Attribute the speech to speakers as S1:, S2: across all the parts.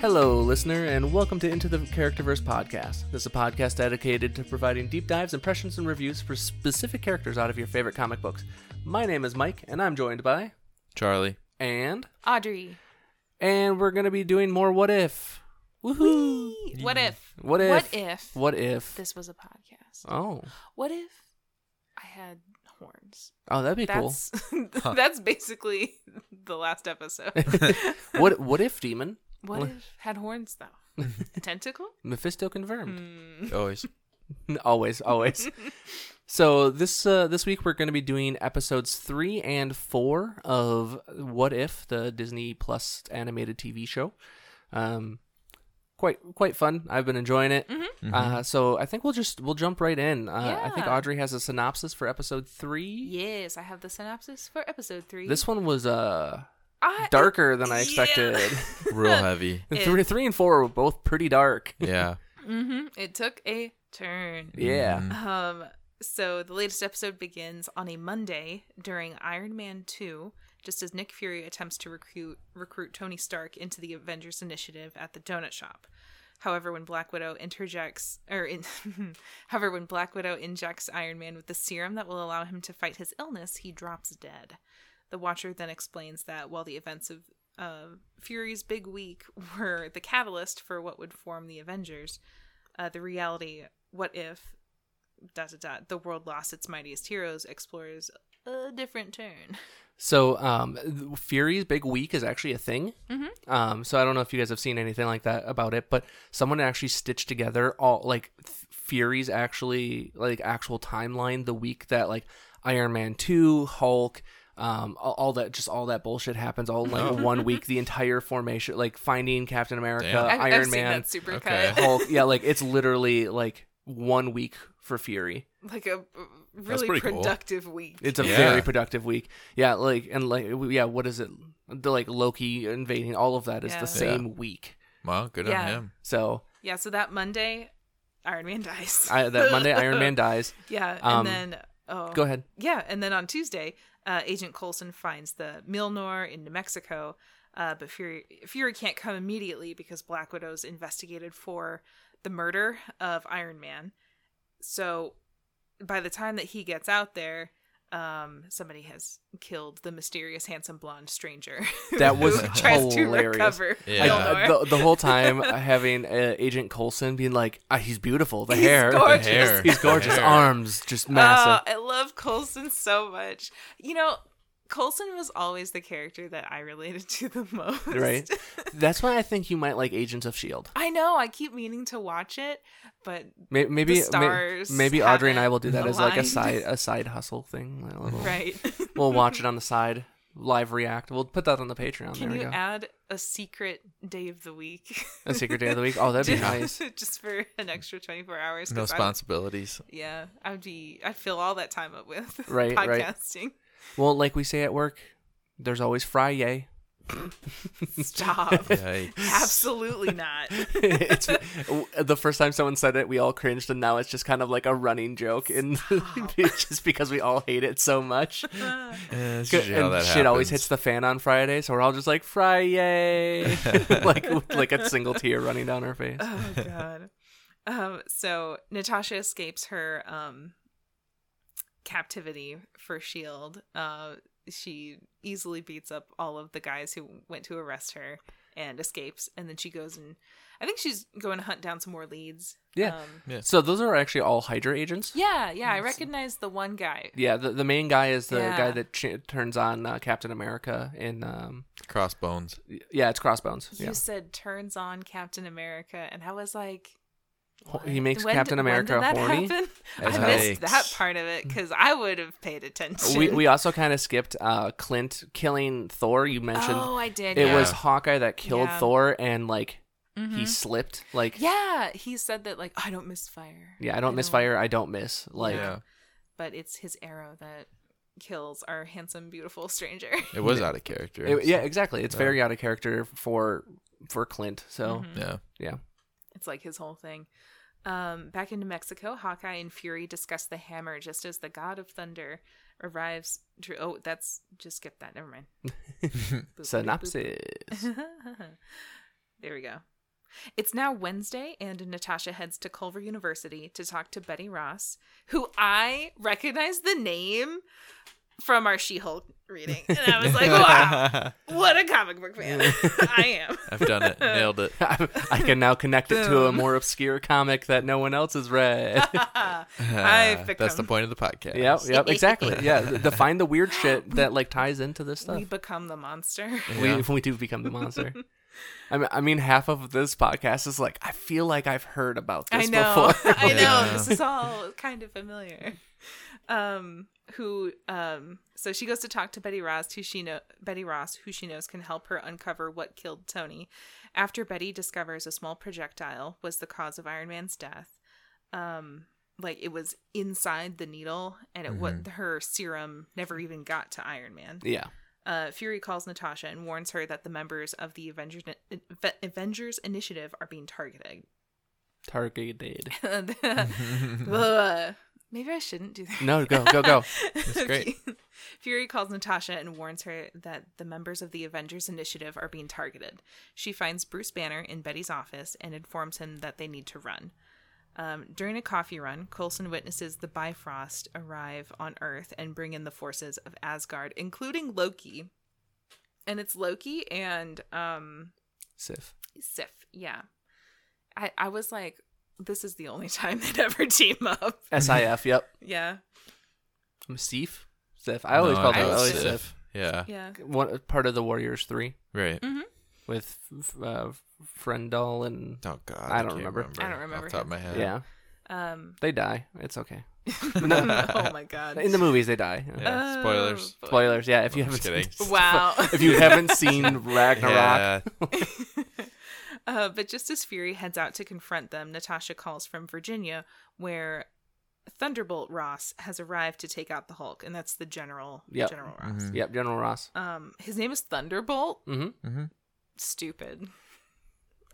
S1: Hello, listener, and welcome to Into the Characterverse podcast. This is a podcast dedicated to providing deep dives, impressions, and reviews for specific characters out of your favorite comic books. My name is Mike, and I'm joined by
S2: Charlie.
S1: and
S3: Audrey.
S1: and we're gonna be doing more what if. Woohoo!
S3: What if?
S1: What if?
S3: What if?
S1: What if?
S3: This was a podcast.
S1: Oh,
S3: What if I had horns?
S1: oh, that'd be cool.
S3: That's that's basically the last episode.
S1: What What if demon
S3: what if had horns though? Tentacle? Mm,
S1: Mephisto confirmed?
S2: Always.
S1: always, always. so this uh, this week we're going to be doing episodes three and four of What If, the Disney Plus animated TV show. Um, quite quite fun. I've been enjoying it.
S2: Mm-hmm.
S1: Uh, so I think we'll just we'll jump right in. Uh, I think
S3: Yeah.
S1: Audrey has a synopsis for episode three.
S3: Yes, I have the synopsis for episode three.
S1: This one was uh
S3: I,
S1: darker than I
S3: Yeah.
S1: expected.
S2: Real heavy.
S3: It-
S1: three three and four were both pretty dark.
S2: Yeah. Mm-hmm.
S3: Mhm, it took a turn.
S1: Yeah.
S3: Um, so the latest episode begins on a Monday during Iron Man 2, just as Nick Fury attempts to recruit recruit Tony Stark into the Avengers initiative at the donut shop. However, when Black Widow interjects or in, however when Black Widow injects Iron Man with the serum that will allow him to fight his illness, he drops dead. The Watcher then explains that while the events of uh, Fury's big week were the catalyst for what would form the Avengers, uh, the reality, what if dot dot dot the world lost its mightiest heroes explores a different turn.
S1: So, um, th- Fury's Big Week is actually a thing. Mm-hmm. Um, so I don't know if you guys have seen anything like that about it, but someone actually stitched together all like F- Fury's actually like actual timeline the week that like Iron Man two, Hulk, um, all, all that just all that bullshit happens all in like one week. The entire formation, like finding Captain America,
S2: Damn.
S1: Iron
S3: I've, I've seen
S1: Man,
S3: that super
S2: Okay.
S3: cut.
S1: Hulk. Yeah, like it's literally like one week for Fury.
S3: like a uh, really
S2: pretty cool.
S3: productive week.
S1: It's a
S2: Yeah.
S1: very productive week. Yeah, like and like w- yeah, what is it? The like Loki invading all of that is
S3: Yeah.
S1: the
S3: Yeah.
S1: same week.
S2: Well, good
S3: Yeah.
S2: on him.
S1: So
S3: yeah, so that Monday, Iron Man dies.
S1: I, that Monday Iron Man dies.
S3: yeah, and
S1: um,
S3: then oh
S1: Go ahead.
S3: Yeah, and then on Tuesday, uh, Agent Coulson finds the Milnor in New Mexico, uh, but Fury Fury can't come immediately because Black Widow's investigated for the murder of Iron Man. So, by the time that he gets out there, um, somebody has killed the mysterious, handsome, blonde stranger
S1: That was
S3: who tries to
S1: hilarious.
S3: recover
S2: Yeah.
S1: I- uh,
S3: Milnor. Oh,
S1: the, the whole time having uh, Agent Coulson being like, ah, he's beautiful. The
S3: He's
S1: hair,
S2: The
S3: gorgeous.
S2: hair.
S1: he's gorgeous.
S2: The hair.
S1: Arms just massive.
S3: Oh, I love Colson so much. You know, Colson was always the character that I related to the most.
S1: Right. That's why I think you might like Agents of Shield.
S3: I know. I keep meaning to watch it, but
S1: May- Maybe may-
S3: stars
S1: maybe Audrey and I will do that
S3: haven't
S1: as like a
S3: aligned.
S1: side a side hustle thing. a little-
S3: right.
S1: We'll watch it on the side. Live react. We'll put that on the Patreon. Oh,
S3: Can
S1: there
S3: you
S1: we go.
S3: add a secret day of the week?
S1: A secret day of the week. Oh, that'd be nice.
S3: Just for an extra 24 hours.
S2: No
S3: 'cause I-
S2: responsibilities.
S3: Yeah, I'd be. I'd fill all that time up with
S1: Right, right.
S3: podcasting.
S1: Well, like we say at work, there's always fry yay.
S3: Stop.
S2: Yikes.
S3: Absolutely not.
S1: it's the first time someone said it, we all cringed, and now it's just kind of like a running joke, and just because we all hate it so much,
S3: Ah.
S2: Eh,
S1: and
S2: it's usually how that
S1: shit always hits
S2: happens.
S1: the fan on Friday, so we're all just like fry yay, like with, like a single tear running down our face.
S3: Oh god. Um, so Natasha escapes her um captivity for Shield. Uh, she easily beats up all of the guys who went to arrest her and escapes, and then she goes and I think she's going to hunt down some more leads.
S1: Yeah.
S3: Um,
S2: Yeah.
S1: So those are actually all Hydra agents.
S3: yeah, yeah. I recognize the one guy.
S1: Yeah, the, the main guy is the
S3: Yeah.
S1: guy that ch- turns on uh, Captain America in um
S2: Crossbones.
S1: yeah, it's Crossbones.
S3: You
S1: Yeah.
S3: said turns on Captain America, and I was like,
S1: Ho-
S3: what?
S1: He makes
S3: When did-
S1: Captain
S3: when did
S1: America
S3: that
S1: horny.
S3: happen? I
S2: Yikes.
S3: missed that part of it because I would have paid attention.
S1: we, we also kind of skipped uh, Clint killing Thor. You mentioned
S3: Oh, I did.
S1: it
S3: yeah.
S1: was Hawkeye that killed
S3: Yeah. Mm-hmm.
S1: Thor, and like he slipped. Like yeah,
S3: Yeah, he said that like I don't miss fire.
S1: I don't miss fire. I don't miss. Like
S2: Yeah.
S3: But it's his arrow that kills our handsome, beautiful stranger.
S2: It was out of character.
S1: it- yeah, exactly. It's very out of character for for Clint. So
S3: Mm-hmm.
S2: Yeah.
S1: yeah,
S3: it's like his whole thing. Um, back into Mexico, Hawkeye and Fury discuss the hammer just as the God of Thunder arrives. To, oh, that's just skip that. Never mind. Boop, boop, boop, boop.
S1: synopsis.
S3: there we go. It's now Wednesday, and Natasha heads to Culver University to talk to Betty Ross, who I recognize the name from our She Hulk reading. And I was like, wow, what a comic book fan I am.
S2: I've done it. Nailed it.
S1: I I can now connect it to a more obscure comic that no one else has read.
S3: I've become.
S2: That's the point of the podcast.
S1: yep, yep, exactly. Yeah, th- to find the weird shit that like ties into this stuff.
S3: We become the monster.
S1: We, we do become the monster. I mean, I mean, half of this podcast is like, I feel like I've heard about
S3: I
S1: this
S3: know.
S1: before.
S3: I know.
S2: Yeah.
S3: This is all kind of familiar. Um, who um so she goes to talk to Betty Ross, who she know Betty Ross, who she knows can help her uncover what killed Tony. After Betty discovers a small projectile was the cause of Iron Man's death. Um like it was inside the needle and it
S1: Mm-hmm.
S3: what her serum never even got to Iron Man.
S1: yeah.
S3: Uh, Fury calls Natasha and warns her that the members of the Avengers, Avengers Initiative are being targeted.
S1: Targeted.
S3: Blah. uh, Maybe I shouldn't do that.
S1: No, go, go, go.
S2: That's great.
S3: Fury calls Natasha and warns her that the members of the Avengers Initiative are being targeted. She finds Bruce Banner in Betty's office and informs him that they need to run. Um, during a coffee run, Coulson witnesses the Bifrost arrive on Earth and bring in the forces of Asgard, including Loki. And it's Loki and um,
S1: Sif.
S3: Sif. Yeah, I I was like, this is the only time they'd ever team up.
S1: S-I-F, yep.
S3: Yeah,
S1: I'm Sif. Sif. I always
S2: No,
S1: call
S3: I
S1: them
S3: was
S1: always
S2: Sif.
S1: Sif.
S2: Yeah.
S3: yeah.
S1: One, part of the Warriors 3
S2: Right.
S1: with f- uh, Frendal and...
S2: Oh God.
S1: I don't
S2: can't
S1: remember.
S3: I don't remember
S2: Off the top
S3: him.
S2: of my head.
S1: Yeah,
S3: Um.
S1: they die. It's okay.
S3: oh my god.
S1: In the movies, they die.
S2: Yeah, Spoilers.
S3: Oh, boy.
S1: Spoilers, yeah, if you
S2: I'm
S1: haven't
S2: just
S1: seen...
S2: kidding.
S3: Wow.
S1: If you haven't seen Ragnarok,
S2: Yeah.
S3: Uh, but just as Fury heads out to confront them, Natasha calls from Virginia, where Thunderbolt Ross has arrived to take out the Hulk, and that's the General.
S1: Yep.
S3: General Ross.
S1: Yep, General Ross.
S2: Mm-hmm.
S3: Um, his name is Thunderbolt.
S1: hmm
S3: Stupid.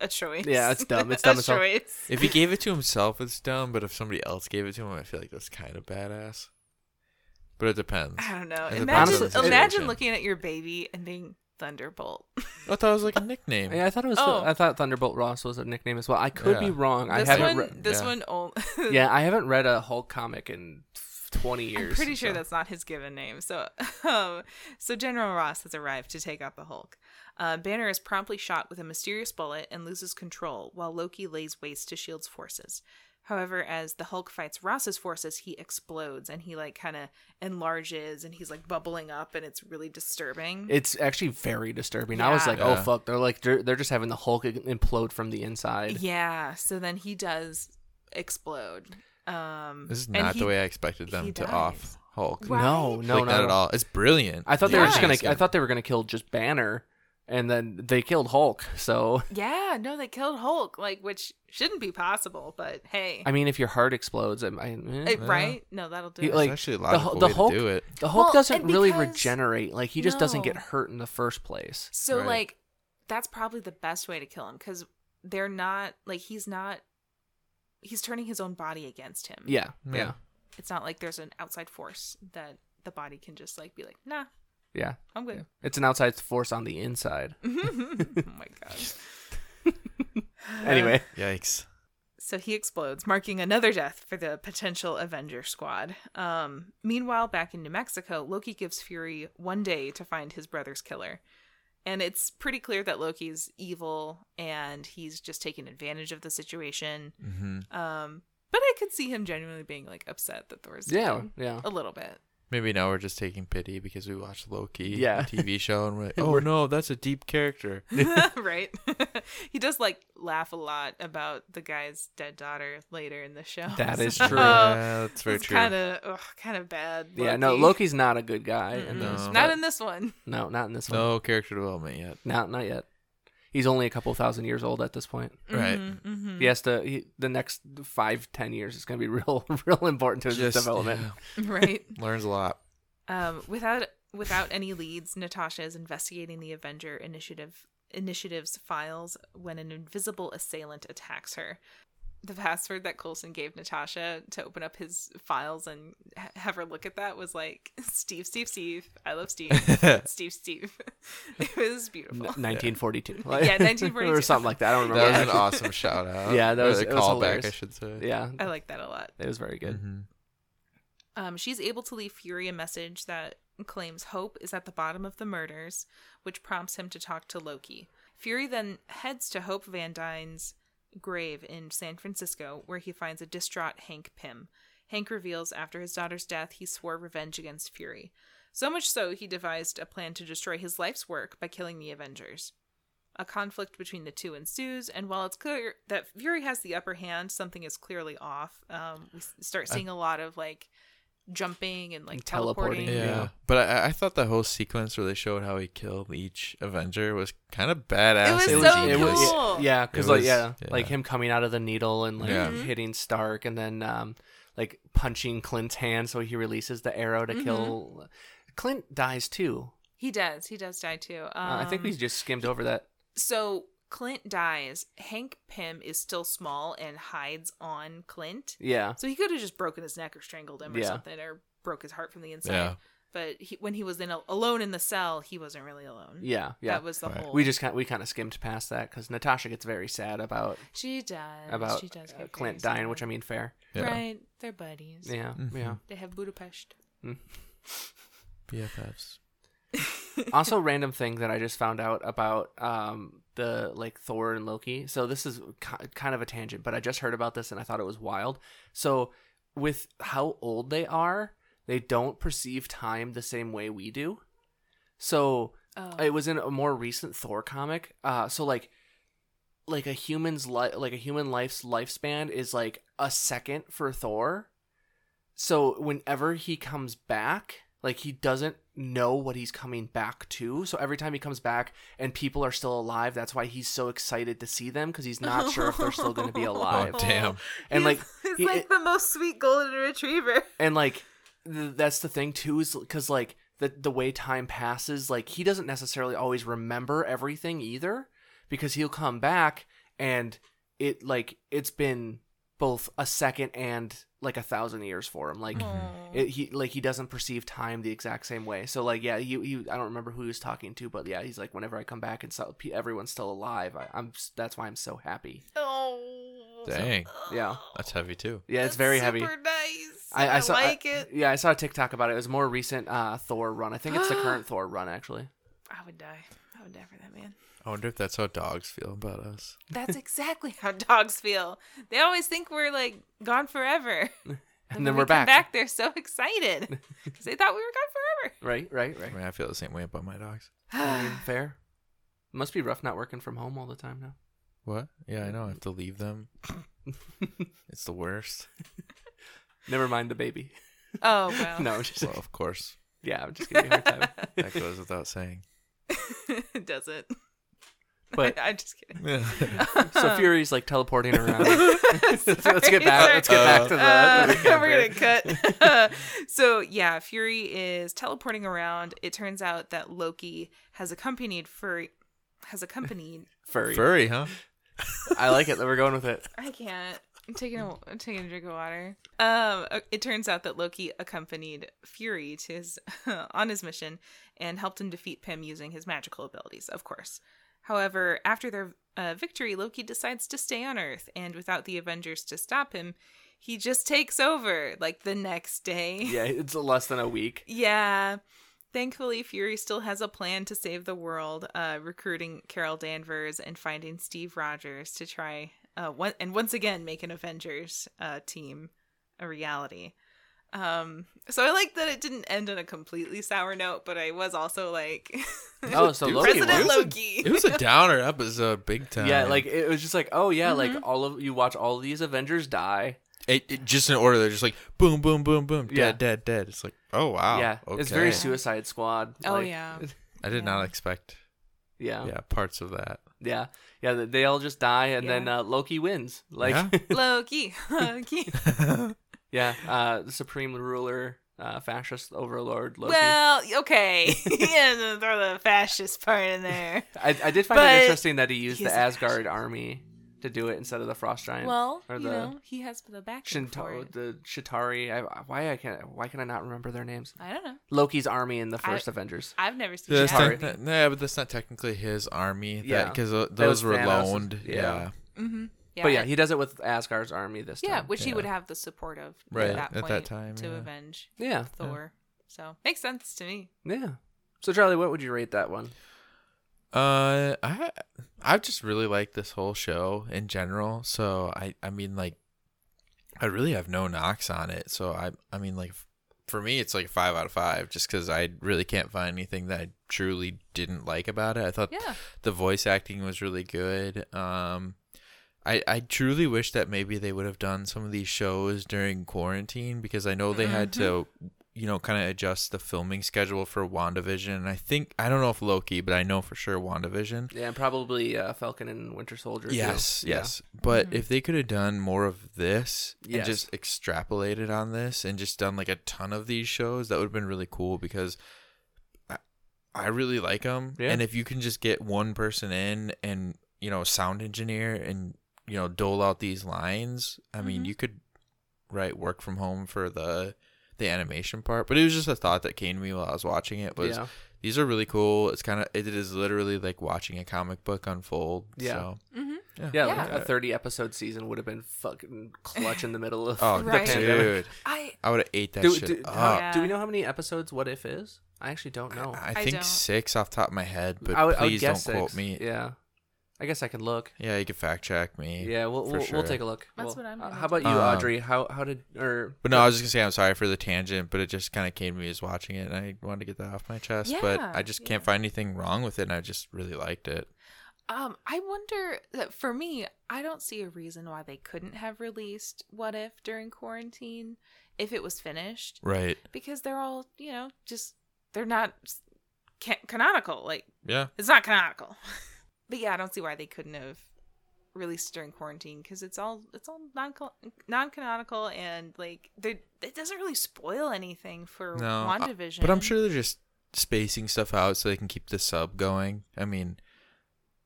S3: A choice.
S1: Yeah, it's dumb. It's dumb
S3: a
S1: as hell.
S3: choice.
S2: If he gave it to himself, it's dumb. But if somebody else gave it to him, I feel like that's kind of badass. But it depends.
S3: I don't know.
S2: As a
S3: Imagine,
S1: person,
S3: imagine
S2: situation.
S3: looking at your baby and being Thunderbolt.
S2: I thought it was like a nickname.
S1: Yeah, I thought it was.
S3: Oh.
S1: I thought Thunderbolt Ross was a nickname as well. I could be
S2: Yeah.
S1: wrong. I
S3: This
S1: haven't.
S3: one,
S1: read
S3: this
S2: yeah.
S3: one, ol-
S1: yeah, I haven't read a Hulk comic in twenty years.
S3: I'm pretty sure
S1: so-
S3: that's not his given name. So, um, so General Ross has arrived to take out the Hulk. Uh, Banner is promptly shot with a mysterious bullet and loses control, while Loki lays waste to Shield's forces. However, as the Hulk fights Ross's forces, he explodes and he like kind of enlarges and he's like bubbling up and it's really disturbing.
S1: It's actually very disturbing. I was
S3: Yeah.
S1: like, oh
S2: Yeah.
S1: fuck, they're like they're, they're just having the Hulk implode from the inside.
S3: yeah. So then he does explode. Um,
S2: This is
S3: and
S2: not
S3: he-
S2: the way I expected
S3: he
S2: them to
S3: dies.
S2: off Hulk.
S3: Right.
S1: No, no, no,
S2: like not
S1: no.
S2: at all. It's brilliant.
S1: I thought they were just gonna.
S2: Genius.
S1: I thought they were gonna kill just Banner, and then they killed Hulk. So
S3: Yeah, no, they killed Hulk, like which shouldn't be possible, but hey,
S1: I mean, if your heart explodes, it might. eh.
S3: It- right? No, that'll do.
S1: You,
S3: it.
S1: like
S2: actually a
S1: the
S2: logical
S1: Hu- the
S2: way to
S1: Hulk,
S2: do it.
S1: the Hulk
S3: Well,
S1: doesn't
S3: and
S1: really
S3: because-
S1: regenerate. Like he just doesn't get
S3: No.
S1: hurt in the first place.
S3: So
S2: Right.
S3: like that's probably the best way to kill him cuz they're not like he's not he's turning his own body against him.
S1: Yeah,
S2: Yeah.
S1: yeah,
S3: It's not like there's an outside force that the body can just like be like, "Nah,
S1: yeah.
S3: I'm good."
S1: It's an outside force on the inside.
S3: oh my god. Uh,
S1: Anyway,
S2: Yikes.
S3: So he explodes, marking another death for the potential Avenger squad. Um, meanwhile, back in New Mexico, Loki gives Fury one day to find his brother's killer. And it's pretty clear that Loki's evil and he's just taking advantage of the situation.
S2: hmm
S3: Um, but I could see him genuinely being like upset that Thor's
S1: yeah,
S3: dead.
S1: yeah.
S3: a little bit.
S2: Maybe now we're just taking pity because we watched Loki,
S1: Yeah.
S2: the TV show, and we're like, oh no, that's a deep character.
S3: right? he does like laugh a lot about the guy's dead daughter later in the show.
S1: That is
S3: So
S1: true.
S2: Yeah, that's very
S3: it's
S2: true.
S3: kind of kind of bad.
S1: Yeah, no, Loki's not a good guy.
S3: Mm-mm.
S1: In this,
S2: No.
S3: Not
S1: but-
S3: in this one.
S1: no, not in this one.
S2: No character development yet.
S1: Not not yet. He's only a couple thousand years old at this point.
S2: Right.
S3: Mhm, mhm.
S1: He has to. He, the next five ten years is going to be real real important to his
S2: Just,
S1: development.
S2: yeah,
S3: Right.
S2: learns a lot.
S3: Um, without without any leads, Natasha is investigating the Avenger initiative initiative's files when an invisible assailant attacks her. the password that Coulson gave Natasha to open up his files and ha- have her look at that was like Steve, Steve, Steve. I love Steve. Steve, Steve. it was beautiful.
S1: 1942.
S3: Yeah, 1942.
S1: or something like that. I don't
S2: That
S1: remember.
S2: was an awesome shout out.
S1: Yeah, that
S2: Or
S1: was-
S2: a
S1: it was
S2: callback,
S1: hilarious.
S2: I should say.
S1: yeah, Mm-hmm.
S3: I like that a lot.
S1: it was very good.
S2: Mhm.
S3: Um, she's able to leave Fury a message that claims Hope is at the bottom of the murders, which prompts him to talk to Loki. Fury then heads to Hope Van Dyne's grave in San Francisco, where he finds a distraught Hank Pym. Hank reveals after his daughter's death he swore revenge against Fury. So much so, he devised a plan to destroy his life's work by killing the Avengers. A conflict between the two ensues, and while it's clear that Fury has the upper hand, something is clearly off. Um, we s- start seeing a lot of like jumping and like
S1: And teleporting,
S3: teleporting.
S2: Yeah.
S1: Yeah.
S2: But I, I thought the whole sequence where they showed how he killed each Avenger was kind of badass.
S3: It was
S2: and
S3: so
S1: it
S2: genius.
S1: was-
S3: cool.
S1: yeah, because
S2: It
S1: like
S2: was-
S1: yeah,
S2: yeah.
S1: like him coming out of the needle and like
S2: Yeah.
S3: Mhm.
S1: hitting Stark, and then um, like punching Clint's hand, so he releases the arrow to
S3: Mm-hmm.
S1: kill. Clint dies too.
S3: He does. He does die too. Um,
S1: Uh, I think we just skimmed over that.
S3: So Clint dies. Hank Pym is still small and hides on Clint.
S1: Yeah,
S3: So he could have just broken his neck or strangled him or
S1: Yeah.
S3: something or broke his heart from the inside.
S2: Yeah.
S3: But he, when he was in a, alone in the cell, he wasn't really alone.
S1: yeah, yeah.
S3: Mm-hmm. That was the
S2: Right.
S3: whole.
S1: we just kind we kind of skimmed past that because Natasha gets very sad about
S3: She does.
S1: about
S3: she does
S1: uh, Clint dying, which I mean fair.
S2: Yeah.
S3: Right. They're buddies.
S1: Yeah,
S2: Mhm.
S1: yeah.
S3: They have Budapest.
S2: BFFs.
S1: also random thing that i just found out about um the like thor and loki so this is ki- kind of a tangent but i just heard about this and i thought it was wild so with how old they are they don't perceive time the same way we do so
S3: Oh.
S1: it was in a more recent thor comic uh so like like a human's life like a human life's lifespan is like a second for thor so whenever he comes back like he doesn't know what he's coming back to so every time he comes back and people are still alive that's why he's so excited to see them because he's not sure if they're still going to be alive
S2: Oh, damn.
S1: and like
S3: he's
S1: he-
S3: like the most sweet golden retriever.
S1: and like th- that's the thing too is because like the the way time passes like he doesn't necessarily always remember everything either because he'll come back and it like it's been both a second and like a thousand years for him like
S3: Aw.
S1: it, he like he doesn't perceive time the exact same way so like yeah he, he i don't remember who he was talking to but yeah he's like whenever i come back and so, pe- everyone's still alive I, i'm s- that's why i'm so happy
S3: Oh.
S2: Dang.
S1: yeah.
S2: That's heavy too.
S1: yeah it's
S3: That's
S1: very heavy
S3: Super nice.
S1: I, I, saw, I-
S3: like it.
S1: Yeah, I saw a TikTok about it. It was a more recent uh, Thor run. I think it's the current Thor run, actually.
S3: I would die. I would die for that man.
S2: I wonder if that's how dogs feel about us.
S3: That's exactly how dogs feel. They always think we're like gone forever.
S1: And
S3: when
S1: then
S3: we
S1: we're
S3: come
S1: back.
S3: Back, they're so excited because they thought we were
S1: Right, right, right.
S2: I mean, I feel the same way about my dogs.
S1: I
S3: gone
S1: mean,
S3: forever.
S1: fair. Must be rough not working from home all the time now.
S2: What? Yeah, I know. I have to leave them. it's the worst.
S1: Never mind the baby.
S3: oh well.
S1: No, just
S2: Well, of course.
S1: yeah, I'm just giving you a hard time.
S2: That goes without saying.
S3: it doesn't.
S1: But
S3: I, am just kidding.
S1: so Fury's like teleporting around. So let's get back.
S3: Sorry.
S1: Let's get back to the.
S3: Uh,
S1: the
S3: we're
S1: recap
S3: gonna cut. so yeah, Fury is teleporting around. It turns out that Loki has accompanied Fury. Has accompanied.
S1: Furry.
S2: Furry, huh?
S1: I like it that we're going with it.
S3: I can't. I'm taking a I'm taking a drink of water. Um, uh, it turns out that Loki accompanied Fury to his on his mission and helped him defeat Pym using his magical abilities, of course. However, after their uh, victory, Loki decides to stay on Earth, and without the Avengers to stop him, he just takes over like the next day.
S1: Yeah, it's less than a week.
S3: Yeah. Thankfully, Fury still has a plan to save the world, uh, recruiting Carol Danvers and finding Steve Rogers to try, uh, one- and once again make an Avengers uh, team a reality. Um, so I like that it didn't end on a completely sour note, but I was also like,
S1: Oh, so
S2: Dude,
S1: Loki
S2: it
S1: won.
S3: President
S2: was a-
S3: Loki.
S2: It was a downer episode, big time.
S1: Yeah, like it was just like, oh yeah,
S3: Mm-hmm.
S1: like all of you watch all these Avengers die.
S2: It, it- just in order, they're just like boom, boom, boom, boom, dead,
S1: Yeah.
S2: dead, dead. It's like, oh wow,
S1: yeah,
S2: okay.
S1: it's very Suicide Squad.
S3: Oh,
S1: like,
S3: yeah.
S2: I did
S3: yeah.
S2: not expect,
S1: yeah, yeah,
S2: yeah, parts of that.
S1: yeah, yeah. They all just die, and then
S3: Yeah.
S1: uh, Loki wins. Like,
S2: Yeah.
S3: Loki, Loki.
S1: yeah, uh, the supreme ruler, uh, fascist overlord Loki.
S3: Well, okay, yeah, throw the fascist part in there.
S1: I, I did find
S3: but
S1: it interesting that he used
S3: he's
S1: the
S3: a
S1: Asgard army to do it instead of the frost giant.
S3: Well,
S1: or
S3: you
S1: the
S3: know, he has the back for
S1: Shinto,
S3: it.
S1: the Shatari. I, why I can't. Why can I not remember their names?
S3: I don't know.
S1: Loki's army in the first Avengers.
S3: I've never seen
S2: That's
S3: that.
S2: tec- yeah, but that's not technically his army. Yeah,
S1: Yeah.
S2: because
S1: That was
S2: those were
S1: Thanos'
S2: loaned.
S1: yeah.
S2: Yeah.
S3: Mm-hmm. Yeah,
S1: But yeah, he does it with Asgard's army this
S3: yeah,
S1: time.
S3: which he
S2: yeah.
S3: would have the support of
S2: Right,
S3: at that
S2: at
S3: point
S2: that time,
S3: to
S2: yeah.
S3: avenge
S1: Yeah,
S3: Thor. So makes sense to me.
S1: yeah. So Charlie, what would you rate that one?
S2: Uh, I I just really like this whole show in general. So I I mean like, I really have no knocks on it. So I I mean like, for me it's like five out of five, just because I really can't find anything that I truly didn't like about it. I thought
S3: Yeah,
S2: the voice acting was really good. Um, I I truly wish that maybe they would have done some of these shows during quarantine because I know they had to, you know, kind of adjust the filming schedule for WandaVision. And I think I don't know if Loki, but I know for sure WandaVision.
S1: Yeah, and probably uh, Falcon and Winter Soldier. too.
S2: Yes,
S1: Yeah.
S2: yes. But if they could have done more of this
S1: Yes.
S2: and just extrapolated on this and just done like a ton of these shows, that would have been really cool because I, I really like them.
S1: Yeah.
S2: And if you can just get one person in and, you know, sound engineer and, you know, dole out these lines, I mean,
S3: Mhm.
S2: you could write work from home for the the animation part but it was just a thought that came to me while i was watching it was
S1: yeah.
S2: these are really cool it's kind of it is literally like watching a comic book unfold
S1: Yeah.
S2: so
S3: hmm
S1: Yeah,
S3: Yeah.
S1: like a 30 episode season would have been fucking clutch in the middle of
S2: Oh,
S1: the
S3: Right.
S1: pandemic.
S2: dude.
S3: I
S2: I would have ate that
S1: Do,
S2: shit
S1: do, how-
S2: up.
S3: yeah.
S1: do we know how many episodes What If is? I actually don't know.
S2: I
S3: I
S2: think
S3: don't.
S2: six off the top of my head, but
S1: I would- I would
S2: please don't
S1: guess
S2: quote
S1: six.
S2: me. Yeah.
S1: Yeah. I guess I can look.
S2: you can fact check me.
S1: Yeah, we'll,
S2: for
S1: we'll,
S2: sure.
S1: we'll take a look.
S3: That's
S1: We'll-
S3: what I'm
S1: uh,
S3: gonna
S1: How about
S2: do.
S1: you,
S2: Um,
S1: Audrey? How how did or
S2: But no, I was just gonna say I'm sorry for the tangent, but it just kind of came to me as watching it, and I wanted to get that off my chest. but
S3: Yeah,
S2: I just
S3: yeah.
S2: can't find anything wrong with it, and I just really liked it.
S3: um I wonder that for me, I don't see a reason why they couldn't have released What If during quarantine if it was finished
S2: Right?
S3: because they're all you know just they're not s- ca- canonical like
S2: Yeah.
S3: It's not canonical. but yeah, I don't see why they couldn't have released it during quarantine because it's all it's all non non canonical and like they it doesn't really spoil anything for
S2: No, I-
S3: WandaVision.
S2: But I'm sure they're just spacing stuff out so they can keep the sub going. I mean,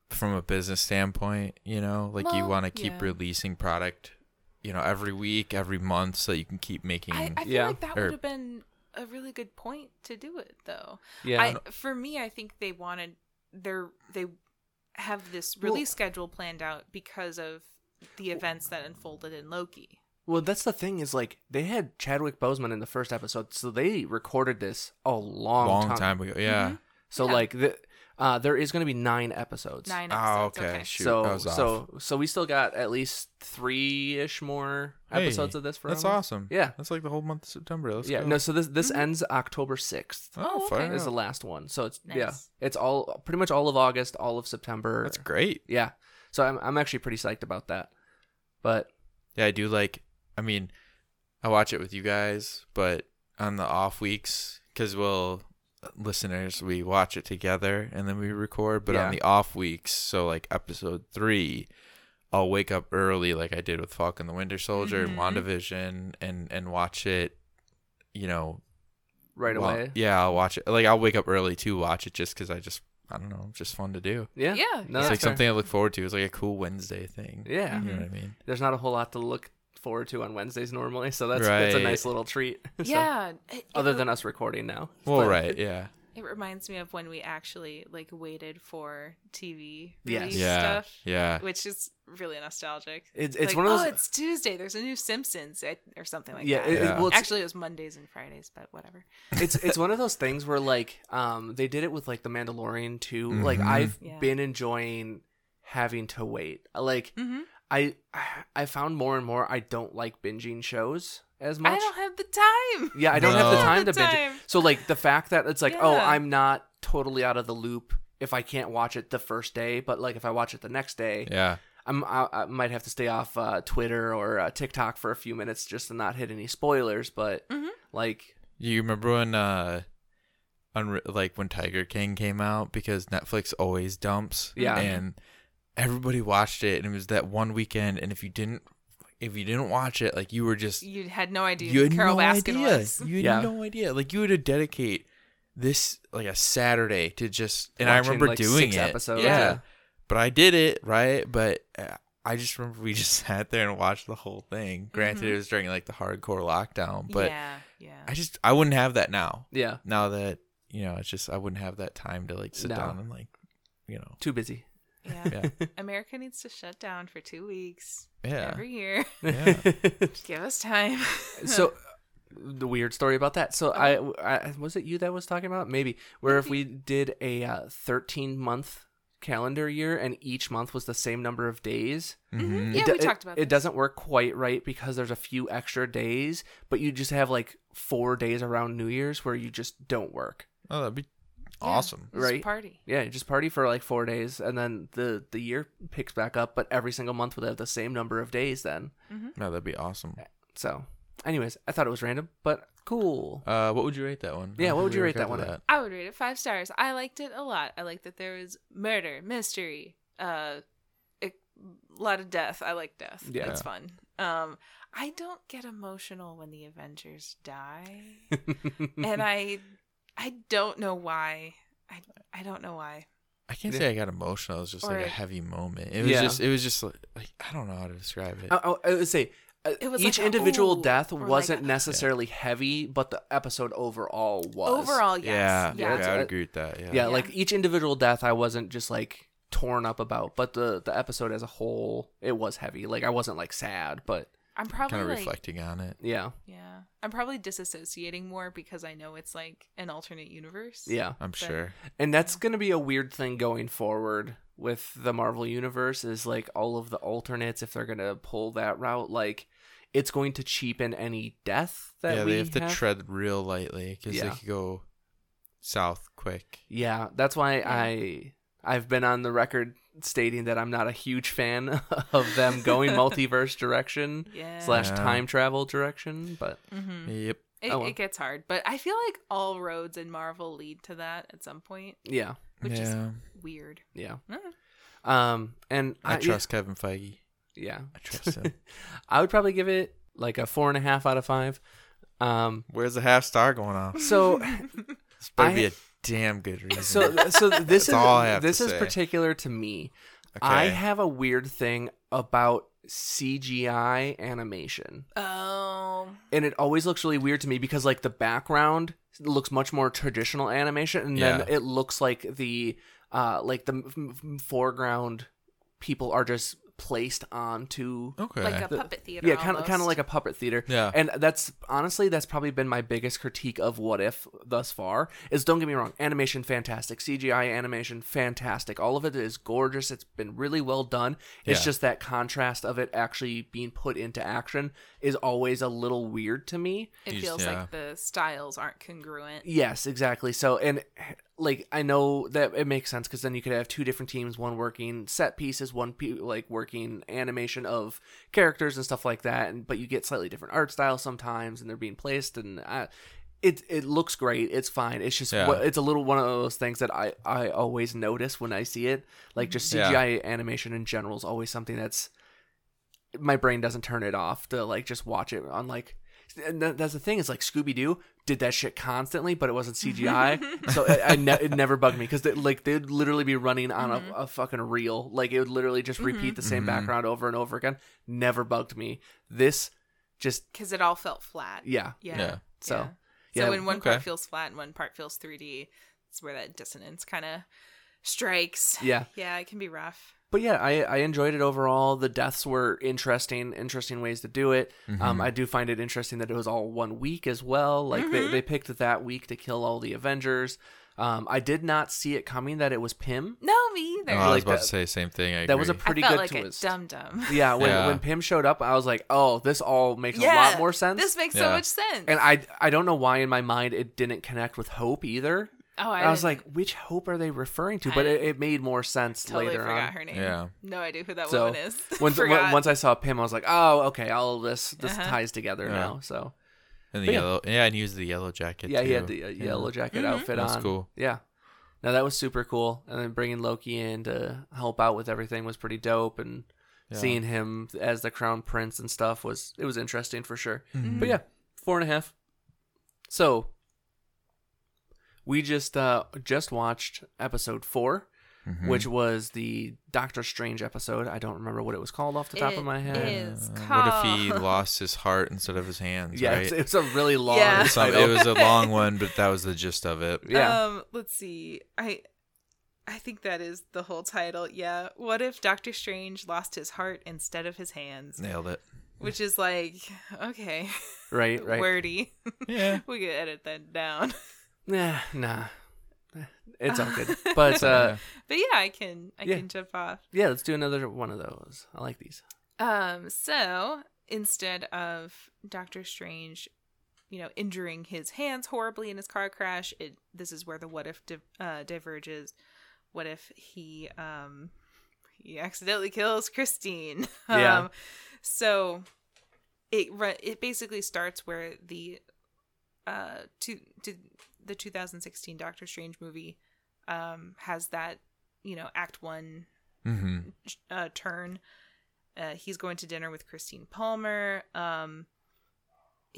S2: from a business standpoint, you know, like you
S3: Well,
S2: want to keep
S3: yeah.
S2: releasing product, you know, every week, every month, so you can keep making.
S3: I, I feel
S1: Yeah.
S3: like that
S2: Or-
S3: would have been a really good point to do it though.
S1: yeah?
S3: I, for me, I think they wanted their they have this release schedule planned out because of the events that unfolded in Loki.
S1: Well, that's the thing is like they had Chadwick Boseman in the first episode, so they recorded this a long,
S2: long
S1: time.
S2: time ago. Yeah.
S3: Mhm.
S1: So
S3: Yeah.
S1: like the, uh, there is going to be nine episodes.
S3: Nine
S1: Ah,
S2: Oh,
S3: episodes.
S2: okay.
S3: okay.
S2: Shoot,
S1: so
S2: I was off.
S1: so so we still got at least three ish more episodes
S2: Hey,
S1: of this for
S2: That's
S1: almost-
S2: awesome.
S1: Yeah.
S2: That's like the whole month of September. Let's
S1: yeah,
S2: go.
S1: no. So this this
S3: Mm-hmm.
S1: ends October sixth.
S2: oh,
S3: Oh,
S2: far
S3: okay.
S1: Is the
S2: out.
S1: last one. So it's yeah,
S3: Nice.
S1: it's all pretty much all of August, all of September.
S2: That's great.
S1: Yeah. So I'm I'm actually pretty psyched about that. But
S2: Yeah, I do like I mean, I watch it with you guys, but on the off weeks cuz we'll listeners, we watch it together and then we record, but
S1: Yeah.
S2: on the off weeks, so like episode 3, I'll wake up early like I did with Falcon the Winter Soldier
S1: Mm-hmm.
S3: Mhm.
S2: and WandaVision and and watch it, you know,
S1: right
S2: while-
S1: away.
S2: Yeah, I'll watch it. Like I'll wake up early to watch it just cuz I just I don't know, it's just fun to do.
S1: Yeah.
S3: Yeah,
S1: No,
S2: it's
S1: Oh, that's
S2: like
S1: fair.
S2: something I look forward to. It's like a cool Wednesday thing.
S1: Yeah.
S2: You know what I mean?
S1: There's not a whole lot to look forward to on Wednesdays normally, so that's that's a
S2: Right.
S1: nice little treat. So,
S3: Yeah. it-
S1: Other
S3: it-
S1: than us recording now.
S2: Well,
S1: But-
S2: right, yeah.
S3: It reminds me of when we actually like waited for TV
S1: Yes.
S3: release
S2: Yeah.
S3: stuff,
S2: Yeah.
S3: which is really nostalgic.
S1: It's it's
S3: like,
S1: one of
S3: oh,
S1: those
S3: it's Tuesday. There's a new Simpsons eh, or something like
S1: yeah,
S3: that.
S1: it- it-
S2: Yeah.
S1: well, it's,
S3: actually, it was Mondays and Fridays, but whatever.
S1: it's it's one of those things where like um they did it with like the Mandalorian too. Like
S2: Mhm.
S1: I've
S3: Yeah.
S1: been enjoying having to wait. Like
S3: Mm-hmm.
S1: I I found more and more I don't like binging shows as much.
S3: I don't have the time.
S1: Yeah, I don't have the
S2: No.
S1: time
S3: The
S1: to binge. it.
S3: time.
S1: So like the fact that it's like, oh,
S3: Yeah.
S1: I'm not totally out of the loop if I can't watch it the first day, but like if I watch it the next day,
S2: Yeah.
S1: I'm I, I might have to stay off uh, Twitter or uh, TikTok for a few minutes just to not hit any spoilers. But
S3: Mhm.
S1: like,
S2: You remember when uh unre- like when Tiger King came out because Netflix always dumps.
S1: Yeah.
S2: And everybody watched it and it was that one weekend and if you didn't if you didn't watch it, like you were just
S3: You had no idea.
S2: you had
S3: Carol
S2: no
S3: Baskin
S2: idea.
S3: was.
S2: You had
S1: Yeah.
S2: no idea. Like you had to dedicate this like a Saturday to just and I
S1: watching,
S2: remember
S1: like,
S2: doing
S1: six
S2: it.
S1: episodes,
S2: yeah. but I did it right. But uh, I just remember we just sat there and watched the whole thing. Granted, it was during like the hardcore lockdown, but
S3: Mm-hmm. yeah, yeah.
S2: I just I wouldn't have that now.
S1: Yeah,
S2: Now that you know, it's just I wouldn't have that time to like sit
S1: No.
S2: down and like, you know,
S1: too busy.
S3: yeah.
S2: yeah,
S3: America needs to shut down for two weeks
S2: yeah.
S3: every year.
S2: Yeah.
S3: Give us time.
S1: so the weird story about that. So I,
S3: Oh.
S1: I was it you that was talking about maybe where if we did a uh, 13 month calendar year and each month was the same number of days.
S2: Mhm.
S3: Yeah,
S1: do-
S3: we talked about
S1: it.
S3: this.
S1: doesn't work quite right because there's a few extra days, but you just have like 4 days around New Year's where you just don't work.
S2: Oh, that'd be awesome.
S3: Let's
S1: right.
S3: Party.
S1: Yeah, you just party for like 4 days and then the the year picks back up, but every single month would have the same number of days then.
S2: No, that'd be awesome.
S1: So, anyways, I thought it was random, but cool.
S2: Uh, what would you rate that one? I
S1: Yeah,
S2: don't
S1: what would
S2: think we
S1: you
S2: ever
S1: rate
S2: got
S1: that
S2: to
S1: one at?
S3: I would rate it five stars. I liked it a lot. I liked that there was murder, mystery, uh, a lot of death. I like death.
S1: Yeah.
S3: That's fun. Um, I don't get emotional when the Avengers die, and I, I don't know why. I I don't know why.
S2: I can't
S1: Yeah.
S2: say I got emotional. It was just
S3: Or-
S2: like a heavy moment. It was
S1: Yeah.
S2: just, it was just like, like, I don't know how to describe it.
S1: I, I- I would say uh,
S3: It was
S1: each
S3: like a
S1: individual
S3: ooh,
S1: death
S3: or like
S1: wasn't
S3: a-
S1: necessarily heavy, but the episode overall was.
S3: Overall, yes.
S2: yeah,
S1: yeah,
S2: yeah,
S1: it's-
S2: I would
S1: uh,
S2: agree with that. Yeah,
S1: yeah, like each individual death, I wasn't just like torn up about, but the the episode as a whole, it was heavy. Like I wasn't like sad, but
S3: I'm probably
S2: kind of
S3: like,
S2: reflecting on it.
S1: yeah,
S3: yeah. I'm probably disassociating more because I know it's like an alternate universe.
S1: yeah,
S2: I'm sure.
S1: and that's gonna be a weird thing going forward with the Marvel universe. Is like all of the alternates, if they're gonna pull that route, like it's going to cheapen any death that
S2: yeah,
S1: we
S2: they have to tread real lightly because
S1: Yeah.
S2: they could go south quick.
S1: Yeah, that's why
S3: Yeah.
S1: I I've been on the record stating that I'm not a huge fan of them going multiverse direction
S3: Yeah.
S1: slash
S2: Yeah.
S1: time travel direction, but
S3: hmm
S2: Yep.
S3: It,
S1: Oh, well.
S3: it gets hard, but I feel like all roads in Marvel lead to that at some point,
S1: yeah,
S3: which is
S2: yeah.
S3: weird.
S1: yeah.
S3: Mm.
S1: Um and
S2: I
S1: yeah,
S2: trust Kevin Feige.
S1: yeah.
S2: I trust him.
S1: I would probably give it like a four and a half out of five. Um
S2: Where's the half star going on?
S1: so
S2: This better
S1: I-
S2: be a damn good reason.
S1: so so this is
S2: That's all I have to
S1: this is
S2: say.
S1: particular to me.
S2: okay.
S1: I have a weird thing about CGI animation.
S3: Oh,
S1: and it always looks really weird to me because like the background looks much more traditional animation and then
S2: Yeah.
S1: it looks like the uh like the m- m- foreground people are just placed onto
S2: okay.
S3: like a
S1: The-
S3: puppet theater.
S1: yeah kind of kind of
S3: almost.
S1: like a puppet theater
S2: Yeah.
S1: and that's honestly that's probably been my biggest critique of what if thus far is don't get me wrong animation fantastic cgi animation fantastic all of it is gorgeous it's been really well done it's
S2: Yeah.
S1: just that contrast of it actually being put into action is always a little weird to me
S3: It
S2: He's-
S3: feels
S2: yeah.
S3: like the styles aren't congruent.
S1: Yes, exactly. So, and like I know that it makes sense because then you could have two different teams, one working set pieces, one pe- like working animation of characters and stuff like that. And but you get slightly different art styles sometimes, and they're being placed. And I, it it looks great. It's fine. It's just
S2: Yeah.
S1: what it's a little one of those things that I I always notice when I see it. Like just
S2: Yeah.
S1: CGI animation in general is always something that's my brain doesn't turn it off to like just watch it on like and that- that's the thing is like Scooby Doo did that shit constantly, but it wasn't CGI, so it, I ne- it never bugged me because they, like they'd literally be running on
S3: Mhm.
S1: a, a fucking reel, like it would literally just repeat the same
S2: Mhm.
S1: background over and over again. Never bugged me. This just
S3: because it all felt flat.
S1: yeah
S3: yeah.
S2: Yeah.
S1: So,
S3: yeah.
S1: yeah,
S3: so when one part
S2: okay.
S3: feels flat and one part feels 3D, it's where that dissonance kind of strikes.
S1: yeah.
S3: Yeah, it can be rough.
S1: But yeah, I I enjoyed it overall. The deaths were interesting, interesting ways to do it. Um,
S2: Mhm.
S1: I do find it interesting that it was all one week as well. Like they,
S3: Mhm.
S1: they picked that week to kill all the Avengers. Um, I did not see it coming that it was Pim.
S3: No, me either.
S2: Oh, I was
S1: like
S2: about
S1: that-
S2: to say the same thing. I
S1: that was a
S2: agree.
S1: pretty
S3: I felt
S1: good
S3: like
S1: twist.
S3: a dum dum.
S1: Yeah, when
S2: Yeah.
S1: when Pim showed up, I was like, "Oh, this all makes a lot more sense."
S3: This makes so
S2: Yeah.
S3: much sense.
S1: and I I don't know why in my mind it didn't connect with Hope either.
S3: oh,
S1: I, was
S3: didn't-
S1: like, "Which Hope are they referring to?"
S3: I
S1: But it, it made more sense
S3: totally
S1: later
S3: forgot
S1: on.
S3: her name.
S2: Yeah.
S3: No idea who that
S1: So,
S3: woman is.
S1: Once, on-
S3: Forgot.
S1: once I saw Pim, I was like, "Oh, okay, all of this this
S3: Uh-huh.
S1: ties together
S2: Yeah.
S1: now." So
S2: and the
S1: but yeah.
S2: yellow. Yeah, and he used the yellow jacket.
S1: yeah,
S2: too.
S1: he had the uh, yellow jacket
S3: Mhm.
S1: outfit
S2: That's
S1: on.
S2: cool.
S1: Yeah, no, that was super cool. And then bringing Loki in to help out with everything was pretty dope. And
S2: Yeah.
S1: seeing him as the crown prince and stuff was it was interesting for sure.
S2: Mhm.
S3: Mm-hmm.
S1: But yeah, four and a half. So we just uh just watched episode four.
S2: Mm-hmm. Hmm.
S1: which was the Doctor Strange episode. I don't remember what it was called off the top
S3: It
S1: of my head.
S3: is- is
S2: What if he
S3: called-
S2: lost his heart instead of his hands?
S1: yeah,
S2: right?
S1: it's, it's a really long.
S3: Yeah.
S2: Some-
S1: title.
S2: it was a long one, but that was the gist of it.
S1: yeah.
S3: Um, let's see. I I think that is the whole title. Yeah. What if Doctor Strange lost his heart instead of his hands?
S2: Nailed it.
S3: Which is like, okay,
S1: right. Right.
S3: wordy.
S2: Yeah.
S3: we could edit that down.
S1: Nah, nah. It's all good. But uh,
S3: But yeah, I can I
S1: Yeah.
S3: can jump off.
S1: yeah, let's do another one of those. I like these.
S3: Um, so instead of Doctor Strange, you know, injuring his hands horribly in his car crash, it this is where the what if di- uh, diverges. What if he um he accidentally kills Christine?
S1: Yeah.
S3: Um, so it ru- it basically starts where the uh to to the 2016 Doctor Strange movie um has that you know Act One
S2: hmm
S3: uh, turn. Uh, he's going to dinner with Christine Palmer. Um,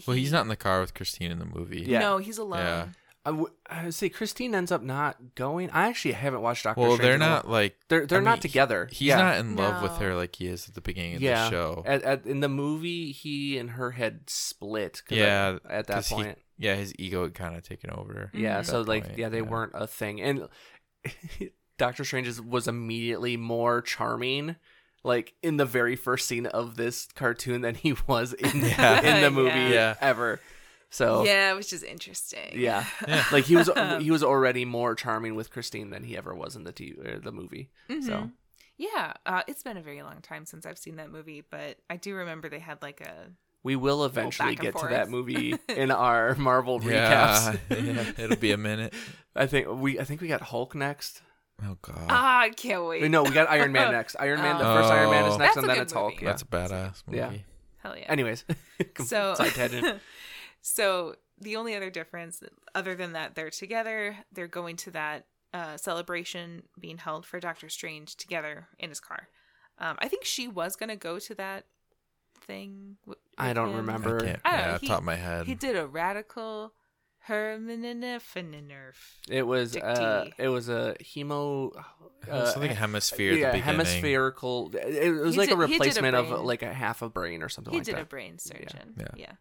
S2: Well, he's
S3: he-
S2: not in the car with Christine in the movie.
S1: Yeah.
S3: No, he's alone.
S2: Yeah.
S1: I w- I would say Christine ends up not going. I actually haven't watched Doctor.
S2: Well,
S1: Strange
S2: they're
S1: in a while.
S2: not like
S1: They're they're
S2: I
S1: not
S2: mean,
S1: together.
S2: He's
S1: Yeah.
S2: not in love with
S3: No.
S2: her like he is at the beginning of
S1: Yeah.
S2: the show.
S1: At, at, in the movie, he and her had split. 'cause
S2: Yeah,
S1: at, at that
S2: 'cause he-
S1: point.
S3: Mm-hmm.
S2: yeah, his ego had kind of taken over.
S1: yeah,
S3: Mhm.
S1: so
S2: that
S1: like
S2: point,
S1: yeah, they
S2: yeah.
S1: weren't a thing. And Doctor Strange is, was immediately more charming, like in the very first scene of this cartoon than he was in
S2: Yeah.
S1: in the movie
S3: Yeah.
S2: Yeah.
S1: ever. So yeah.
S3: Yeah, which is interesting.
S2: Yeah.
S1: like he was he was already more charming with Christine than he ever was in the TV, or the movie. So
S3: Mhm. Yeah, uh, it's been a very long time since I've seen that movie, but I do remember they had like a
S1: we will eventually
S3: back and
S1: get to
S3: forth.
S1: that movie in our Marvel
S2: Yeah.
S1: recaps.
S2: yeah, it'll be a minute.
S1: I think we I think we got Hulk next.
S2: Oh god,
S3: ah, I can't wait.
S1: No, we got Iron Man next. Iron Man, the first Iron Man is
S2: Oh.
S1: next,
S3: That's
S1: and
S3: a
S1: then
S3: good
S1: it's Hulk.
S3: movie.
S1: Yeah.
S2: that's a badass movie.
S1: Yeah.
S3: Hell yeah.
S1: Anyways,
S3: so
S1: side tangent.
S3: so the only other difference other than that they're together they're going to that uh, celebration being held for doctor strange together in his car um, i think she was going to go to that thing w-
S1: I
S3: with
S1: don't
S3: him.
S2: I
S1: remember.
S2: can't.
S3: I don't know,
S2: yeah, off the
S3: Oh, he-
S2: top of my head.
S3: he did a radical hermaninerf
S1: It was
S3: Dick
S1: uh,
S3: D.
S1: it was a hemo.
S2: It was
S1: Uh,
S2: something hemisphere. at the
S1: yeah,
S2: beginning.
S1: hemispherical. It was
S3: He
S1: like
S3: did-
S1: a
S3: he did a
S1: replacement of
S3: brain.
S1: like a half a brain or something
S3: he
S1: like
S3: did
S1: that.
S3: a brain surgeon
S2: Yeah.
S3: yeah.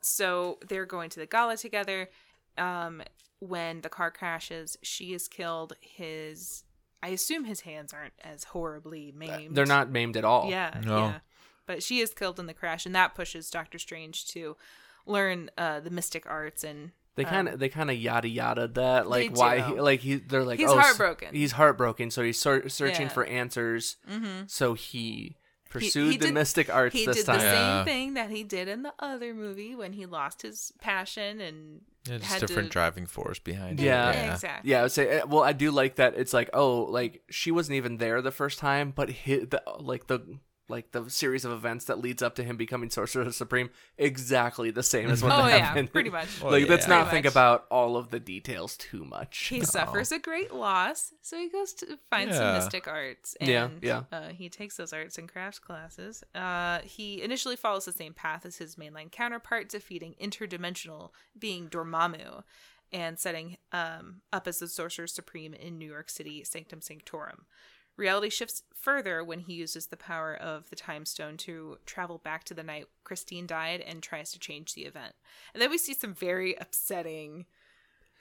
S3: so they're going to the gala together um, when the car crashes she is killed his i assume his hands aren't as horribly maimed
S1: They're not maimed at all.
S3: Yeah,
S2: No.
S3: yeah. But she is killed in the crash, and that pushes Doctor Strange to learn uh, the mystic arts, and
S1: They kind of they kind of yada yada that like
S3: um, They
S1: why
S3: do.
S1: he, like he they're like
S3: He's
S1: oh, s-
S3: heartbroken.
S1: he's heartbroken so he's ser- searching
S3: Yeah.
S1: for answers
S3: Mhm.
S1: so he pursued
S3: he
S1: the
S3: did-
S1: mystic arts
S3: he
S1: this
S3: did
S1: time
S3: the
S2: Yeah.
S3: same thing that he did in the other movie when he lost his passion and
S2: Yeah, just
S3: had
S2: different
S3: to.
S2: driving force behind it.
S1: Yeah.
S3: exactly.
S1: Yeah, I would say. eh, Well, I do like that. It's like, oh, like she wasn't even there the first time, but hit the like the like the series of events that leads up to him becoming Sorcerer Supreme exactly the same as what
S3: Oh yeah,
S1: happened.
S3: pretty much.
S2: Oh,
S1: like, let's
S2: yeah.
S1: not
S3: Pretty
S1: think
S3: much.
S1: about all of the details too much.
S3: He suffers a great loss, so he goes to find some
S2: Yeah.
S3: mystic arts. And,
S1: Yeah, yeah.
S3: Uh, he takes those arts and crafts classes. Uh, he initially follows the same path as his mainline counterpart, defeating interdimensional being Dormammu and setting um, up as the Sorcerer Supreme in New York City, Sanctum Sanctorum. Reality shifts further when he uses the power of the Time Stone to travel back to the night Christine died and tries to change the event. And then we see some very upsetting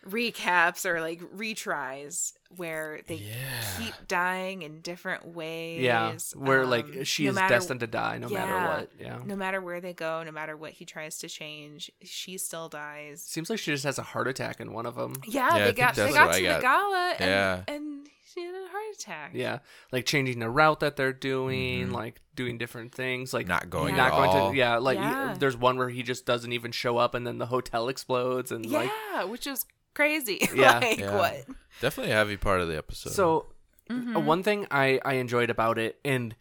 S3: recaps or like retries where they
S2: Yeah.
S3: keep dying in different ways.
S1: Yeah, where
S3: Um,
S1: like she
S3: no
S1: is
S3: matter-
S1: destined to die no matter
S3: Yeah.
S1: what. Yeah,
S3: No matter where they go, no matter what he tries to change, she still dies.
S1: seems like she just has a heart attack in one of them.
S3: Yeah,
S2: Yeah, I
S3: they
S2: think
S3: got they
S2: that's
S3: got
S2: what I
S3: to
S2: got.
S3: the gala and,
S2: Yeah.
S3: and she had a heart attack.
S1: Yeah, like changing the route that they're doing,
S2: Mhm.
S1: like doing different things, like
S2: Not going
S1: not
S2: at
S1: going
S2: all.
S1: to. Yeah, like y-
S3: Yeah.
S1: there's one where he just doesn't even show up, and then the hotel explodes, and like
S3: Yeah, which is crazy.
S1: Yeah.
S3: like
S2: Yeah.
S3: what?
S2: Definitely a heavy part of the episode.
S1: So uh,
S3: Mhm.
S1: one thing I I enjoyed about it, and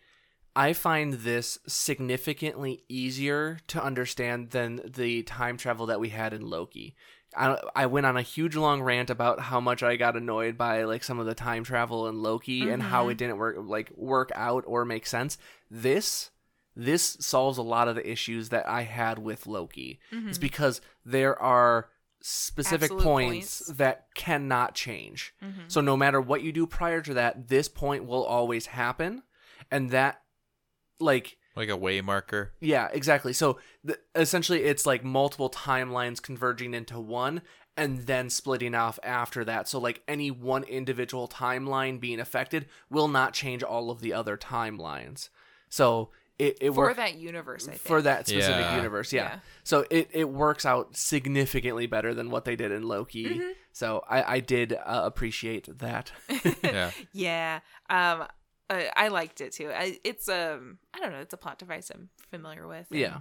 S1: I find this significantly easier to understand than the time travel that we had in Loki. I, I went on a huge long rant about how much I got annoyed by like some of the time travel in Loki and how
S3: Mhm.
S1: it didn't work like work out or make sense. This
S3: mm-hmm,
S1: this solves a lot of the issues that I had with Loki. It's because there are specific
S3: Hmm. Absolute
S1: points,
S3: points. Hmm.
S1: that cannot change.
S3: mm-hmm.
S1: So no matter what you do prior to that, this point will always happen, and that like
S2: like a way marker.
S1: yeah, exactly. So th- essentially, it's like multiple timelines converging into one and then splitting off after that. So, like, any one individual timeline being affected will not change all of the other timelines. So, it, it
S3: for
S1: works
S3: that universe. I think.
S1: for that specific
S2: Yeah.
S1: universe. Yeah.
S3: Yeah.
S1: So, it, it works out significantly better than what they did in Loki. So, I, I did uh, appreciate that.
S2: Yeah.
S3: Yeah. Um, I, I liked it too. I, it's um, I don't know. It's a plot device I'm familiar with. and
S1: Yeah.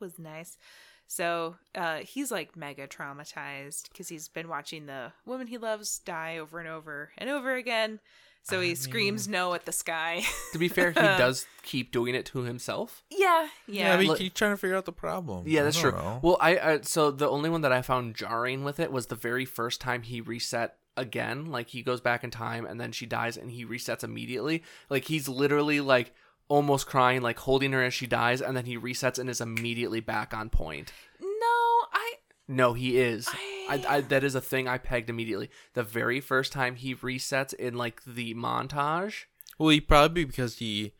S3: was nice. So uh, he's like mega traumatized because he's been watching the woman he loves die over and over and over again. So he screams no at the sky.
S1: to be fair, he does keep doing it to himself.
S3: yeah,
S2: Yeah,
S3: yeah,
S2: I mean,
S1: Look-
S2: keep trying to figure out the problem.
S1: Yeah,
S2: I
S1: that's
S2: don't
S1: true.
S2: know.
S1: Well, I, I so the only one that I found jarring with it was the very first time he reset again. Like he goes back in time and then she dies and he resets immediately. Like he's literally like almost crying, like holding her as she dies, and then he resets and is immediately back on point.
S3: No, I
S1: No, he is. I,
S3: I-
S1: I, that is a thing I pegged immediately. The very first time he resets in like the montage.
S2: Well, he probably because he,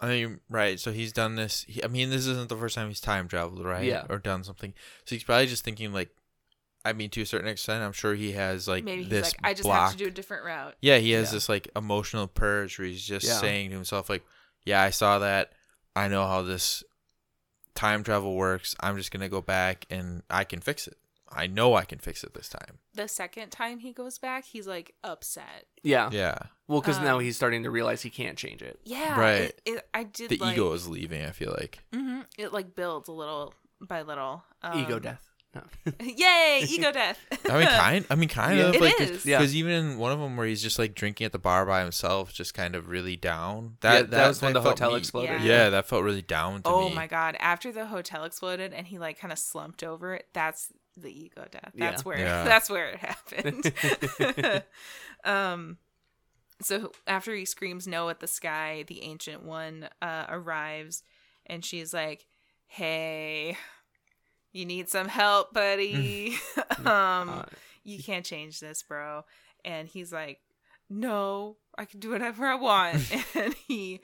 S2: I mean, right. So he's done this. He, I mean, this isn't the first time he's time traveled, right?
S1: Yeah.
S2: Or done something. So he's probably just thinking like, I mean, to a certain extent, I'm sure he has like
S3: maybe he's
S2: this.
S3: like I just
S2: block.
S3: have to do a different route.
S2: Yeah, he has
S1: Yeah.
S2: this like emotional purge where he's just
S1: Yeah.
S2: saying to himself like, "Yeah, I saw that. I know how this time travel works. I'm just gonna go back and I can fix it. I know I can fix it this time."
S3: The second time he goes back, he's like upset.
S1: Yeah.
S2: Yeah,
S1: Well, because
S3: Um,
S1: now he's starting to realize he can't change it.
S3: Yeah,
S2: Right.
S3: It, it, I did
S2: the
S3: like,
S2: ego is leaving. I feel like.
S3: hmm it like builds a little by little. Um,
S1: Ego death. No.
S3: Yay, ego death.
S2: I mean, kind. I mean, kind
S1: Yeah.
S2: of.
S3: It
S2: like,
S3: is.
S1: Yeah.
S2: Because even in one of them where he's just like drinking at the bar by himself, just kind of really down. That
S1: Yeah, that was when the
S2: felt
S1: hotel
S2: me-
S1: exploded.
S2: Yeah.
S3: Yeah.
S2: that felt really down to
S3: Oh
S2: me.
S3: my god! After the hotel exploded and he like kind of slumped over it, that's the ego death. That's
S1: Yeah.
S3: where
S2: Yeah.
S3: that's where it happened. um, so after he screams no at the sky, the ancient one uh, arrives, and she's like, "Hey, you need some help, buddy. um,
S1: Uh,
S3: you can't change this, bro." And he's like, "No, I can do whatever I want." and he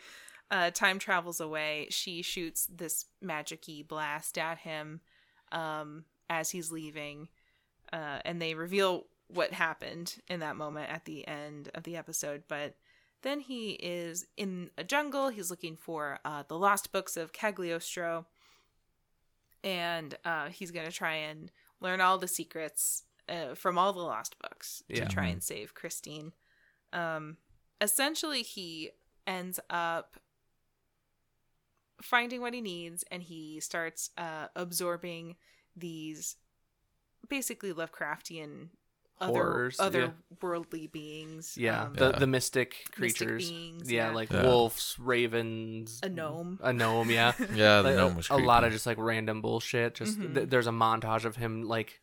S3: uh, time travels away. She shoots this magic-y blast at him um, as he's leaving, uh, and they reveal what happened in that moment at the end of the episode. But then he is in a jungle. He's looking for uh, the lost books of Cagliostro, and uh, he's going to try and learn all the secrets uh, from all the lost books
S1: Yeah.
S3: to try and save Christine. Um, essentially, he ends up finding what he needs and he starts uh, absorbing these basically Lovecraftian other
S1: Horrors, yeah.
S3: otherworldly beings.
S1: Yeah,
S3: um,
S1: the
S2: Yeah.
S1: the mystic
S3: mystic
S1: creatures.
S3: beings,
S1: yeah,
S3: yeah.
S1: like uh,
S2: Yeah.
S1: wolves, ravens,
S3: A gnome.
S1: a gnome. Yeah,
S2: Yeah, the
S1: Like,
S2: gnome was
S1: a
S2: creepy.
S1: lot of just like random bullshit. Just
S3: Mhm.
S1: th- there's a montage of him like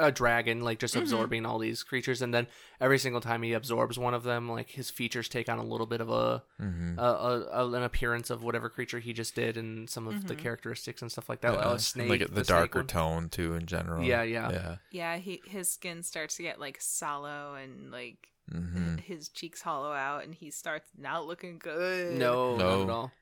S1: a dragon, like just
S3: Mhm.
S1: absorbing all these creatures, and then every single time he absorbs one of them, like his features take on a little bit of a,
S2: hmm
S1: a, a, a- an appearance of whatever creature he just did, and some of the
S3: Mhm.
S1: characteristics and stuff like that. Like, a snake,
S2: like the,
S1: snake
S2: darker
S1: one.
S2: tone too in general.
S1: Yeah, yeah.
S2: yeah.
S3: Yeah, he his skin starts to get like sallow and like
S2: hmm
S3: his cheeks hollow out and he starts not looking good.
S1: No, not
S2: No.
S1: at all.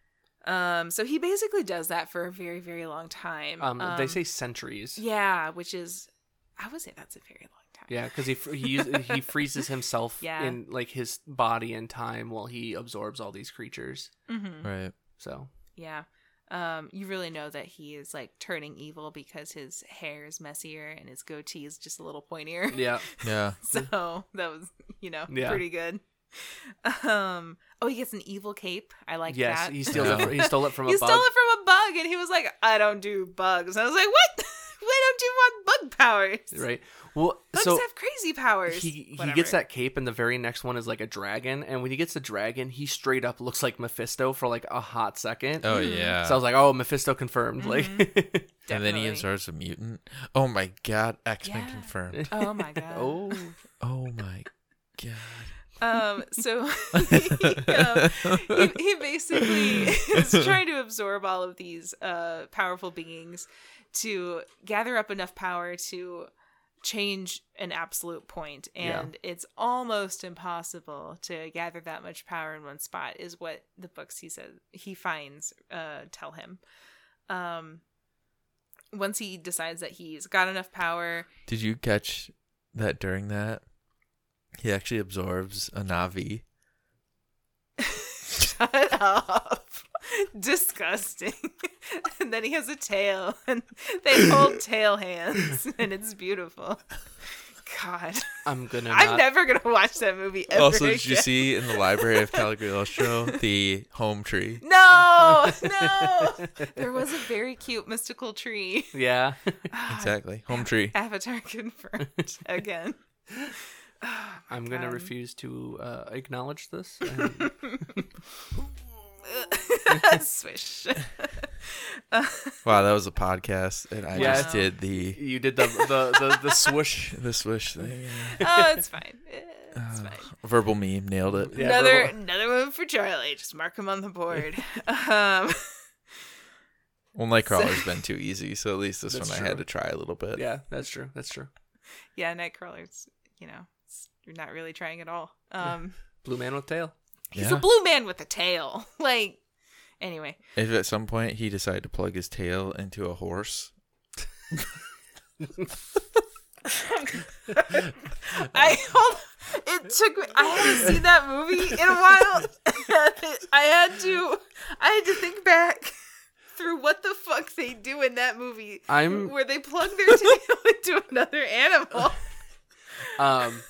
S3: Um so he basically does that for a very very long time.
S1: Um, they say centuries.
S3: Yeah, which is I would say that's a very long time.
S1: Yeah, because he fr- he use- he freezes himself
S3: Yeah.
S1: in like his body and time while he absorbs all these creatures.
S3: Mhm.
S2: Right.
S1: So
S3: Yeah. Um, you really know that he is like turning evil because his hair is messier and his goatee is just a little pointier.
S1: yeah,
S2: Yeah.
S3: so that was, you know,
S1: Yeah.
S3: pretty good. Um. Oh, he gets an evil cape. I like
S1: yes,
S3: that.
S1: he steals it.
S2: Yeah.
S1: From, he stole it from a
S3: he
S1: bug.
S3: stole it from a bug, and he was like, "I don't do bugs." I was like, "What? Why don't you want bug powers?
S1: right. Well,
S3: Bugs
S1: so
S3: have crazy powers."
S1: he he
S3: Whatever.
S1: gets that cape, and the very next one is like a dragon. And when he gets the dragon, he straight up looks like Mephisto for like a hot second.
S2: Oh
S3: Mhm.
S2: yeah.
S1: So I was like, oh, Mephisto confirmed.
S3: Mm-hmm.
S1: Like,
S2: and then he
S3: Definitely.
S2: absorbs a mutant. Oh my god, X Men
S3: Yeah.
S2: confirmed.
S3: Oh my god.
S1: oh,
S2: Oh my god.
S3: Um, so he, um, he, he basically is trying to absorb all of these uh, powerful beings to gather up enough power to change an absolute point
S1: Yeah.
S3: and it's almost impossible to gather that much power in one spot is what the books he says he finds uh tell him um once he decides that he's got enough power
S2: Did you catch that during that? He actually absorbs a Navi.
S3: shut up disgusting and then he has a tail and they hold tail hands and it's beautiful god
S1: I'm gonna.
S3: i'm
S1: not-
S3: never gonna watch that movie ever
S2: also, did you
S3: again.
S2: see in the library of Cagliostro the home tree?
S3: No, no. there was a very cute mystical tree.
S1: Yeah.
S2: Exactly, home tree.
S3: Avatar confirmed again.
S1: I'm gonna
S3: God.
S1: refuse to uh, acknowledge this. and-
S3: Swish.
S2: Wow, that was a podcast, and I
S1: Yeah.
S2: just did the
S1: you did the the the, the swoosh.
S2: the swish thing. Uh,
S3: Oh, it's fine. It's fine.
S2: Verbal meme nailed it.
S1: Yeah,
S3: another
S1: verbal-
S3: another one for Charlie. Just mark him on the board. Um,
S2: Well, Nightcrawler's been too easy, so at least this
S1: That's
S2: one I had
S1: true.
S2: to try a little bit.
S1: Yeah, that's true. That's true.
S3: yeah, Nightcrawler's. You know, it's, you're not really trying at all. Um,
S1: Blue man with tail.
S3: he's
S2: Yeah.
S3: a blue man with a tail. Like, anyway,
S2: If at some point he decided to plug his tail into a horse,
S3: I hold. It took me. I haven't seen that movie in a while. I had to. I had to think back through what the fuck they do in that movie.
S1: I'm-
S3: where they plug their tail into another animal.
S1: Um,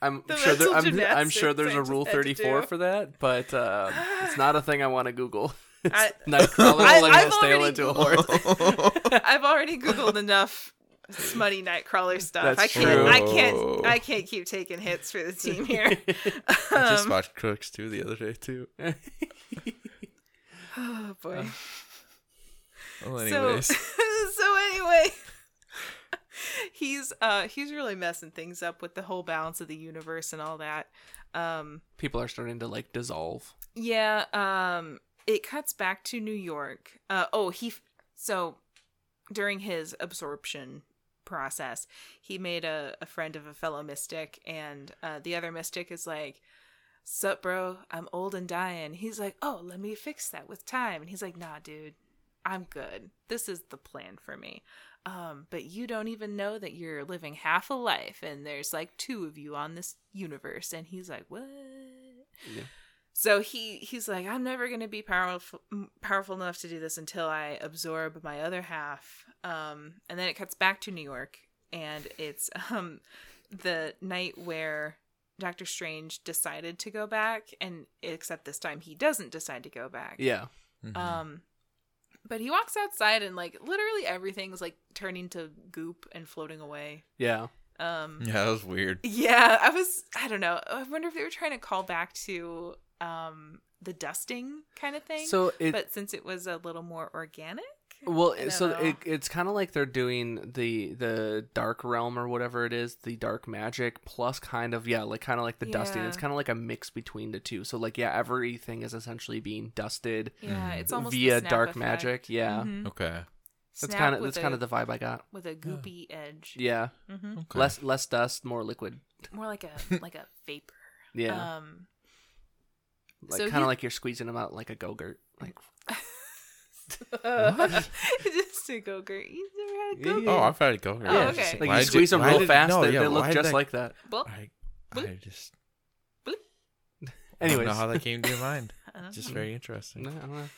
S1: I'm
S3: The
S1: sure there,
S3: mental
S1: I'm, I'm
S3: gymnastics
S1: sure there's
S3: I
S1: a rule
S3: just had to
S1: 34
S3: do.
S1: for that, but um, it's not a thing I want to Google.
S3: I,
S1: Nightcrawler
S3: I-
S1: pulling
S3: I've
S1: his tail
S3: already
S1: into a horse.
S3: I've already googled enough smutty nightcrawler stuff.
S1: That's
S3: I can't.
S1: true.
S3: I can't. I can't keep taking hits for the team here. Um,
S2: I just watched Crooks too the other day too.
S3: Oh boy.
S2: Uh, Well,
S3: So-
S2: anyways,
S3: so anyway, he's uh he's really messing things up with the whole balance of the universe and all that. Um
S1: People are starting to like dissolve.
S3: yeah, um it cuts back to New York. Uh oh, he f- so during his absorption process, he made a, a friend of a fellow mystic and uh the other mystic is like Sup, bro? I'm old and dying. He's like, oh, let me fix that with time. And he's like, nah, dude, I'm good. This is the plan for me. Um, but you don't even know that you're living half a life, and there's like two of you on this universe. And he's like, what?
S1: Yeah.
S3: So he he's like, I'm never gonna be powerful m- powerful enough to do this until I absorb my other half. Um, and then it cuts back to New York, and it's um the night where Doctor Strange decided to go back, and except this time he doesn't decide to go back.
S1: Yeah. Mm-hmm.
S2: Mhm.
S3: Um, but he walks outside, and like literally everything's like turning to goop and floating away.
S1: Yeah.
S3: Um, yeah.
S2: yeah, that was weird.
S3: I was, I don't know. I wonder if they were trying to call back to um the dusting kind of thing.
S1: So it
S3: but since it was a little more organic,
S1: well
S3: I don't
S1: so
S3: know.
S1: it, it's kind of like they're doing the the dark realm or whatever it is, the dark magic plus kind of yeah, like kind of like the dusting.
S3: Yeah.
S1: It's kind of like a mix between the two. So like yeah, everything is essentially being dusted
S3: yeah,
S2: Mhm.
S3: it's almost the
S1: Mm-hmm. via
S3: snap
S1: dark
S3: effect.
S1: magic. Yeah.
S3: Mhm.
S2: Okay.
S1: That's
S3: Snap
S1: kind of
S3: with
S1: that's
S3: a-
S1: kind of the vibe I got.
S3: with a goopy edge.
S1: Yeah.
S3: hmm
S2: Okay.
S1: Less less dust, more liquid.
S3: More like a like a vapor.
S1: Yeah.
S3: Um,
S1: like
S3: so
S1: kind of
S3: you-
S1: like you're squeezing them out like a go-gurt. Like
S2: What?
S3: just a go gurt. You never had a
S1: Yeah,
S3: go
S1: yeah,
S2: Oh, I've had a go here.
S3: Oh,
S1: yeah,
S3: okay.
S1: just like
S2: Why
S1: you
S2: did-
S1: squeeze them
S2: why
S1: real
S2: did-
S1: fast.
S2: no,
S1: they,
S2: yeah,
S1: they look
S2: why did
S1: just
S2: that-
S1: like that.
S3: Well,
S2: I, I just I
S1: Anyways,
S2: don't know how that came to your mind.
S3: I don't
S2: Just
S3: know.
S2: very interesting.
S1: No, I don't know.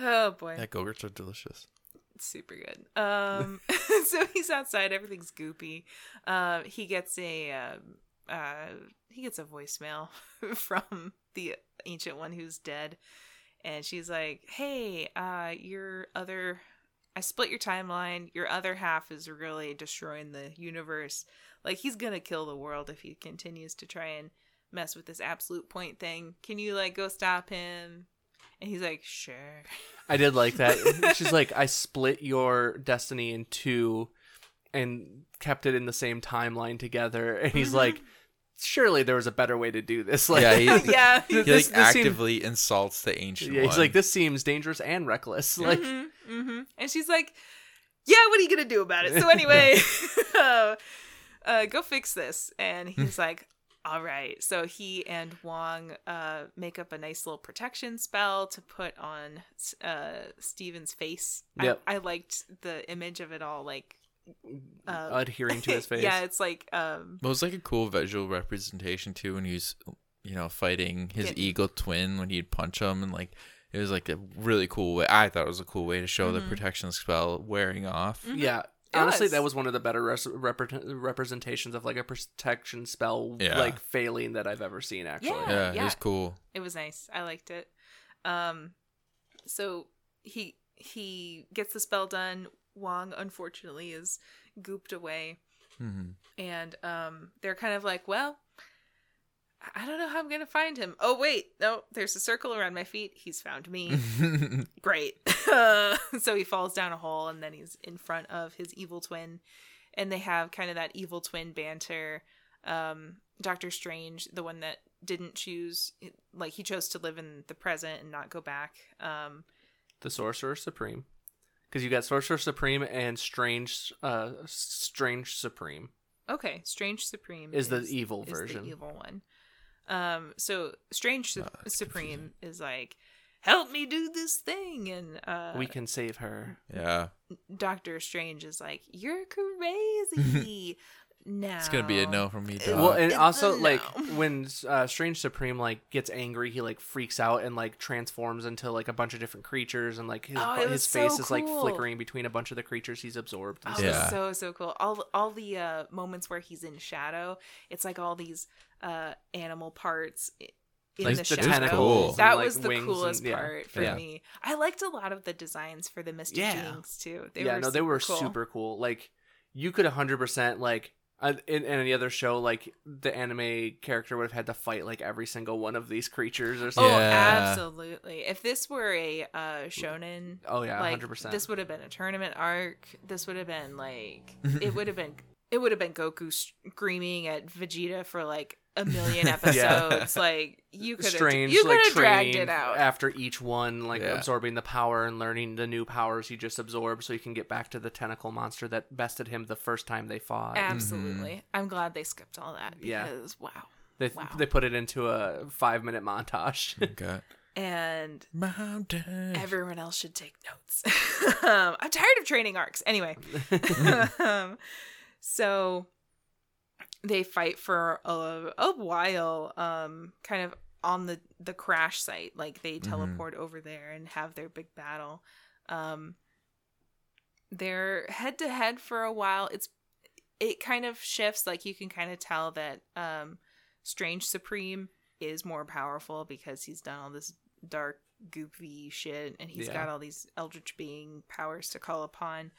S3: Oh boy,
S2: Yeah, Go-Gurts are delicious.
S3: it's super good. Um, so he's outside. Everything's goopy. Um, he gets a um, uh, he gets a voicemail from the ancient one who's dead, and she's like, "Hey, uh, your other." I split your timeline. Your other half is really destroying the universe. Like he's gonna kill the world if he continues to try and mess with this absolute point thing. Can you like go stop him? And he's like, sure.
S1: I did like that. She's like, I split your destiny in two, and kept it in the same timeline together. And he's
S3: Mm-hmm.
S1: like, surely there was a better way to do this. Like,
S2: Yeah, he-
S3: yeah.
S2: He
S1: This-
S2: like
S1: this seemed-
S2: actively insults the ancient
S1: Yeah, he's
S2: one.
S1: like, this seems dangerous and reckless. Like,
S3: hmm And Mm-hmm, she's like, yeah, what are you gonna do about it? So anyway, uh, uh, go fix this. And
S2: Hmm.
S3: he's like, all right. So he and Wong uh, make up a nice little protection spell to put on uh, Steven's face.
S1: Yep.
S3: I, I liked the image of it all, like
S2: Mm,
S3: uh,
S1: adhering to his face.
S3: yeah, it's like um,
S2: Well, it was like a cool visual representation too when he was, you know, fighting his
S3: Yeah.
S2: eagle twin when he'd punch him and like it was like a really cool way. I thought it was a cool way to show the protection spell wearing off.
S1: Yeah.
S3: mm-hmm. It
S1: Honestly,
S3: was.
S1: that was one of the better res- repre- representations of like a protection spell
S2: Yeah.
S1: like failing that I've ever seen. Actually,
S2: Yeah,
S3: Yeah.
S2: it was
S3: yeah.
S2: cool.
S3: it was nice. I liked it. Um, so he he gets the spell done. Wong unfortunately is gooped away.
S2: hmm
S3: and um, they're kind of like, well, I- I don't know how I'm gonna find him. Oh wait, no, there's a circle around my feet. He's found me. Great. Uh, so he falls down a hole, and then he's in front of his evil twin, and they have kind of that evil twin banter. Um, Doctor Strange, the one that didn't choose, like he chose to live in the present and not go back. Um,
S1: the Sorcerer Supreme, because you got Sorcerer Supreme and Strange, uh, Strange Supreme
S3: Okay, Strange Supreme
S1: Is the evil
S3: the
S1: version.
S3: evil one. Um, so Strange Su-
S2: Ah, it's
S3: Supreme is like, "Help me do this thing," and uh,
S1: we can save her.
S2: Yeah,
S3: Doctor Strange is like, "You're crazy." no,
S2: it's gonna be a no from me. Oh
S3: Uh,
S2: Dog.
S1: well, and
S3: It's
S1: also
S3: a
S1: like
S3: no.
S1: when uh, Strange Supreme like gets angry, he like freaks out and like transforms into like a bunch of different creatures, and like his
S3: Oh, it
S1: his
S3: was
S1: face
S3: so
S1: is like
S3: cool.
S1: flickering between a bunch of the creatures he's absorbed. and
S3: Oh,
S1: stuff.
S2: Yeah.
S3: so so cool. All all the uh, moments where he's in shadow, it's like all these uh, animal parts i- in
S2: Like
S3: the,
S2: the
S3: shadow.
S2: tentacles
S3: That
S1: and, like,
S3: was the
S1: wings and-
S3: coolest
S1: yeah.
S3: part for
S2: Yeah.
S3: me. I liked a lot of the designs for the Mystic
S1: Yeah.
S3: Jinx too. They
S1: yeah,
S3: were
S1: no, they were
S3: cool.
S1: super cool. Like you could 100% like uh, in, in any other show, like the anime character would have had to fight like every single one of these creatures or
S3: Oh,
S1: something.
S2: Yeah.
S3: absolutely. If this were a uh shonen,
S1: Oh yeah,
S3: like
S1: 100%.
S3: this would have been a tournament arc. This would have been like it would have been it would have been Goku screaming at Vegeta for like a million episodes. Like you could have
S1: Strange,
S3: you could
S1: like
S3: have dragged
S1: training
S3: it out.
S1: after each one, like
S2: Yeah.
S1: absorbing the power and learning the new powers he just absorbed, so he can get back to the tentacle monster that bested him the first time they fought.
S3: Absolutely. I'm glad they skipped all that
S1: Mm-hmm. Yeah.
S3: because wow.
S1: they
S3: wow.
S1: they put it into a five minute montage.
S2: Okay.
S3: And
S2: Mountain.
S3: everyone else should take notes. um, I'm tired of training arcs. Anyway, um, so they fight for a, a while, um, kind of on the the crash site. Like they teleport over there and have their big battle. Um, they're head to head for a while. It's it kind of shifts. Like you can kind of tell that um, Strange Supreme is more powerful because he's done all this dark goopy shit and he's
S1: Yeah.
S3: got all these eldritch being powers to call upon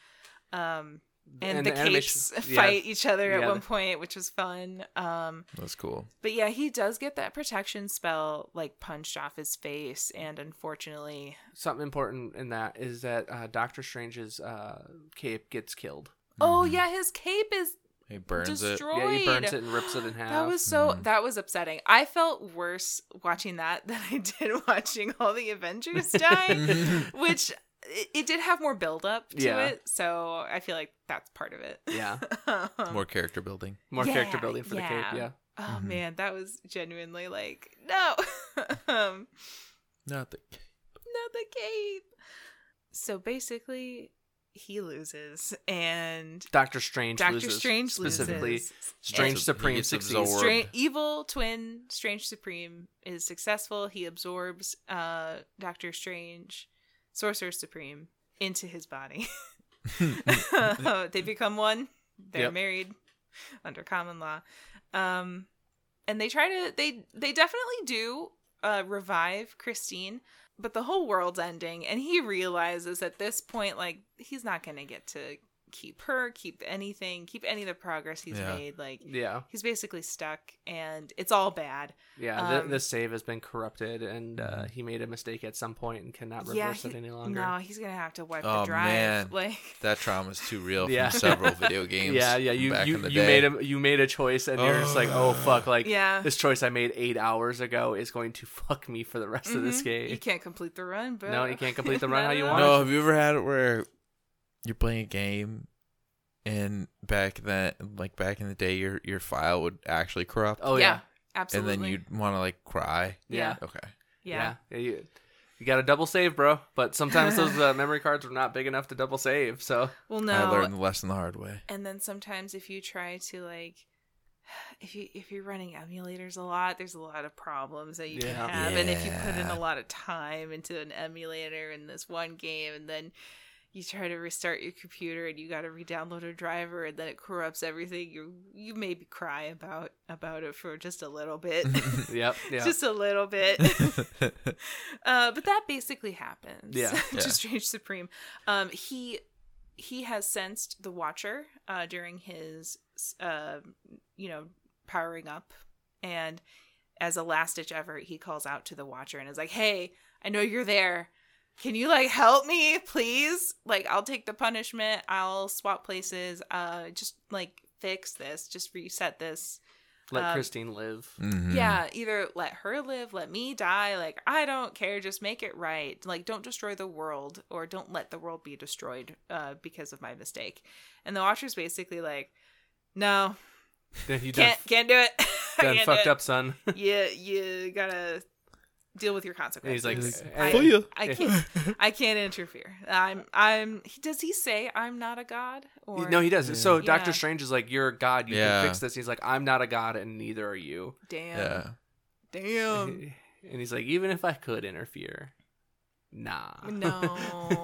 S3: um and,
S1: And
S3: the,
S1: the
S3: capes
S1: animation- yeah.
S3: fight each other at
S1: Yeah,
S3: one
S1: the-
S3: point which was fun um
S2: That's cool.
S3: but yeah he does get that protection spell like punched off his face and unfortunately
S1: Something important in that is that uh, Doctor Strange's uh, cape gets killed.
S3: oh
S2: Mhm.
S3: yeah his cape is
S2: He burns
S3: destroyed
S1: Yeah, he Mm-hmm. burns it and rips it in half. Mm-hmm.
S3: That was so
S2: Mhm.
S3: that was upsetting. I felt worse watching that than I did watching all the Avengers die,
S2: it.
S3: which it, it did have more build up to
S1: Yeah.
S3: it. So I feel like that's part of it.
S1: Yeah.
S3: Um,
S2: More character building.
S1: More character
S3: Yeah,
S1: building for the
S3: yeah.
S1: cape, yeah.
S3: oh
S2: Mhm.
S3: man, that was genuinely like no, um,
S2: Not the.
S3: not the cape. So basically, he loses, and
S1: Doctor Strange
S3: Doctor
S1: loses.
S3: Strange
S1: specifically.
S3: loses.
S1: Strange
S2: He
S1: Supreme
S2: gets
S1: succeeds.
S2: absorbed.
S3: Strange, evil twin Strange Supreme is successful. He absorbs uh, Doctor Strange, Sorcerer Supreme, into his body. they become one. They're
S1: Yep.
S3: married under common law, um, and they try to they they definitely do uh, revive Christine. But the whole world's ending, and he realizes at this point, like he's not gonna get to keep her, keep anything, keep any of the progress he's
S2: Yeah.
S3: made. Like
S1: Yeah,
S3: he's basically stuck and it's all bad
S1: yeah. th-
S3: Um,
S1: this save has been corrupted, and
S2: Mm-hmm.
S1: uh, he made a mistake at some point and cannot reverse
S3: Yeah,
S1: it
S3: he-
S1: any longer.
S3: no he's gonna have to wipe the
S2: Oh,
S3: drive
S2: man.
S3: like
S2: That trauma's too real
S1: Yeah.
S2: from several video games.
S1: yeah, yeah. You
S2: back
S1: you,
S2: in the
S1: you
S2: day.
S1: made a you made a choice, and you're just like, oh fuck, like
S3: yeah
S1: this choice I made eight hours ago is going to fuck me for the rest of this
S3: Mhm. you
S1: game.
S3: can't complete the run but
S1: No, you can't complete the run how you want.
S2: No, have you ever had it where you're playing a game and back then like back in the day your your file would actually corrupt
S1: Oh yeah.
S3: Absolutely.
S2: and then you'd want to like cry
S1: Yeah.
S2: okay
S3: Yeah.
S1: Yeah, you, you got to double save, bro. But sometimes those uh, memory cards were not big enough to double save. So
S3: Well,
S2: i
S3: no.
S2: learned the lesson the hard way
S3: And then sometimes if you try to like if you if you're running emulators a lot, there's a lot of problems that you can
S1: Yeah.
S3: have and if you put in
S2: Yeah.
S3: a lot of time into an emulator in this one game and then you try to restart your computer and you got to re-download a driver and then it corrupts everything. You you maybe cry about about it for just a little bit.
S1: yep, yeah,
S3: Just a little bit. Uh, but that basically happens.
S1: Yeah.
S2: Yeah.
S3: to Strange Supreme. Um, he he has sensed the Watcher uh, during his uh, you know powering up, and as a last ditch effort, he calls out to the Watcher and is like, "Hey, I know you're there. Can you like help me, please? Like, I'll take the punishment. I'll swap places. Uh, just like." fix this just reset this
S1: let
S3: um,
S1: Christine live.
S2: Mhm.
S3: yeah either let her live let me die like i don't care just make it right like don't destroy the world or don't let the world be destroyed uh, because of my mistake and the watcher's basically like no
S1: Then you done,
S3: can't can't do it I
S1: done
S3: can't do
S1: fucked
S3: it.
S1: up, son.
S3: you you gotta deal with your
S1: And
S3: consequences
S1: he's like,
S3: I-
S1: "Hey,
S3: I
S1: Yeah.
S3: can't. I can't interfere. I'm. I'm. Does he say I'm not a god? Or
S1: no, he does.
S2: Yeah.
S1: So
S3: Yeah.
S1: Doctor Strange is like, "You're a god. You
S2: Yeah.
S1: can fix this." He's like, "I'm not a god, and neither are you."
S3: Damn.
S2: yeah
S3: Damn.
S1: and he's like, "Even if I could interfere, nah."
S3: No.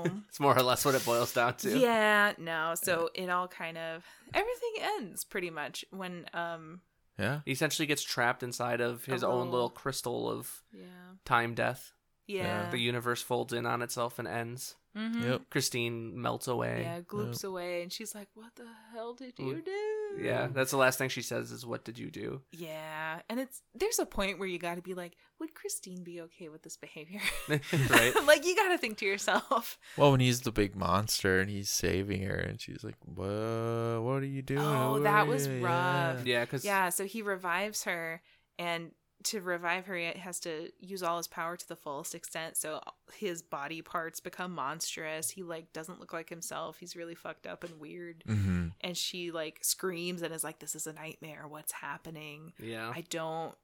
S1: it's more or less what it boils down to.
S3: Yeah, no. So it all kind of everything ends pretty much when um
S2: yeah
S1: He essentially gets trapped inside of
S3: A
S1: his
S3: little-
S1: own little crystal of
S3: yeah.
S1: time death.
S3: Yeah.
S1: The universe folds in on itself and ends.
S3: Mhm.
S2: yep
S1: Christine melts away.
S3: Yeah, gloops away and she's like, "What the hell did you
S1: Mm.
S3: do?"
S1: Yeah, that's the last thing she says is, "What did you do?"
S3: Yeah. And it's there's a point where you got to be like, "Would Christine be okay with this behavior?"
S1: right?
S3: like you got to think to yourself.
S2: well when he's the big monster and he's saving her and she's like whoa what are you doing
S3: Oh,
S2: What are
S3: that was
S2: you-"
S3: rough.
S1: Yeah, because
S3: Yeah, so he revives her and to revive her it has to use all his power to the fullest extent so his body parts become monstrous he like doesn't look like himself he's really fucked up and weird
S1: Mm.
S2: Mhm.
S3: and she like screams and is like this is a nightmare what's happening
S1: yeah,
S3: i don't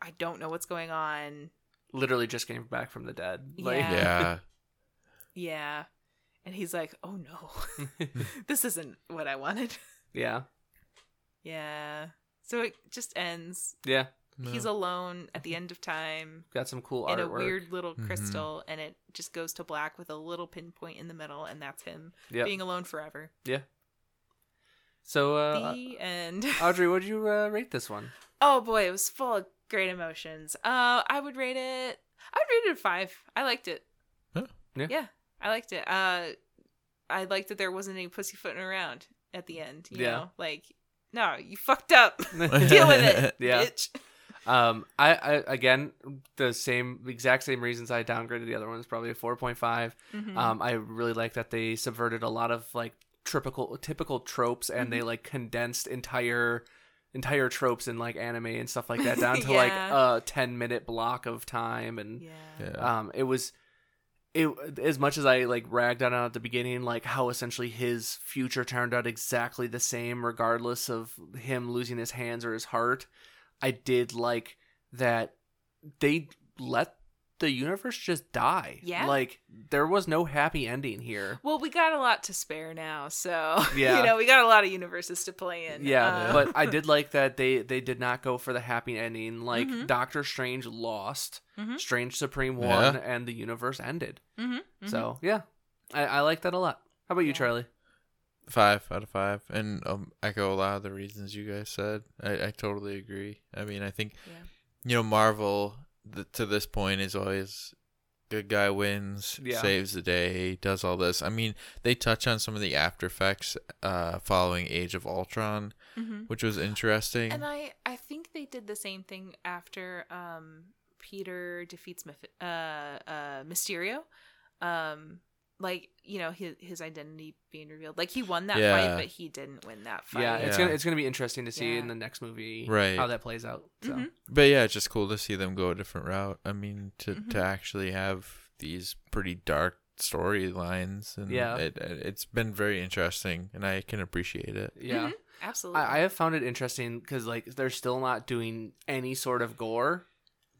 S3: i don't know what's going on
S1: literally just came back from the dead.
S3: Yeah.
S2: yeah
S3: yeah and he's like oh no this isn't what i wanted
S1: yeah,
S3: yeah so it just ends
S1: yeah.
S3: he's
S2: No.
S3: alone at the end of time
S1: Got some cool
S3: and a
S1: artwork. Mm-hmm.
S3: weird little
S2: Mhm.
S3: crystal and it just goes to black with a little pinpoint in the middle and that's him
S1: Yep.
S3: being alone forever
S1: so, uh,
S3: the end
S1: Audrey, would you uh, rate this one?
S3: oh boy it was full of great emotions uh i would rate it i would rate it a five i liked it
S2: Huh.
S1: Yeah.
S3: i liked it uh i liked that there wasn't any pussyfooting around at the end you
S1: Yeah.
S3: know like no you fucked up deal with it
S1: Yeah.
S3: bitch
S1: Um, I, I again the same exact same reasons I downgraded the other one is probably a four point five.
S3: Mhm.
S1: Um, I really like that they subverted a lot of like typical typical tropes and
S3: Mm-hmm.
S1: they like condensed entire entire tropes in like anime and stuff like that down to like
S3: Yeah.
S1: a ten minute block of time and
S3: yeah
S2: yeah
S1: um it was it as much as I like ragged on it at the beginning like how essentially his future turned out exactly the same regardless of him losing his hands or his heart I did like that they let the universe just die
S3: Yeah.
S1: like there was no happy ending here
S3: well, we got a lot to spare now, so
S1: Yeah.
S3: you know we got a lot of universes to play in.
S1: yeah
S3: Um,
S1: but I did like that they they did not go for the happy ending like
S3: Mhm.
S1: Doctor Strange lost
S3: Mhm.
S1: Strange Supreme
S2: Yeah.
S1: won and the universe ended
S3: Mm-hmm.
S1: So yeah, I, I like that a lot. How about you,
S3: Yeah.
S1: Charlie?
S2: five out of five and um, echo a lot of the reasons you guys said i, I totally agree i mean i think
S3: Yeah.
S2: you know marvel the, to this point is always good guy wins
S1: Yeah.
S2: saves the day does all this i mean they touch on some of the after effects uh, following age of ultron
S3: hmm
S2: which was interesting
S3: And I, I think they did the same thing after um, Peter defeats Meph- uh, uh, Mysterio. Um, like you know his his identity being revealed. Like he won that
S2: Yeah.
S3: fight, but he didn't win that fight.
S1: Yeah, it's
S2: Yeah.
S1: gonna it's gonna be interesting to see
S3: Yeah.
S1: in the next movie
S2: Right.
S1: how that plays out. So
S3: Mhm.
S2: but yeah it's just cool to see them go a different route i mean to,
S3: Mhm.
S2: to actually have these pretty dark storylines, and
S1: Yeah.
S2: it, it- it's been very interesting, and I can appreciate it.
S1: Yeah.
S3: Mhm. Absolutely.
S1: I, I have found it interesting because like they're still not doing any sort of gore.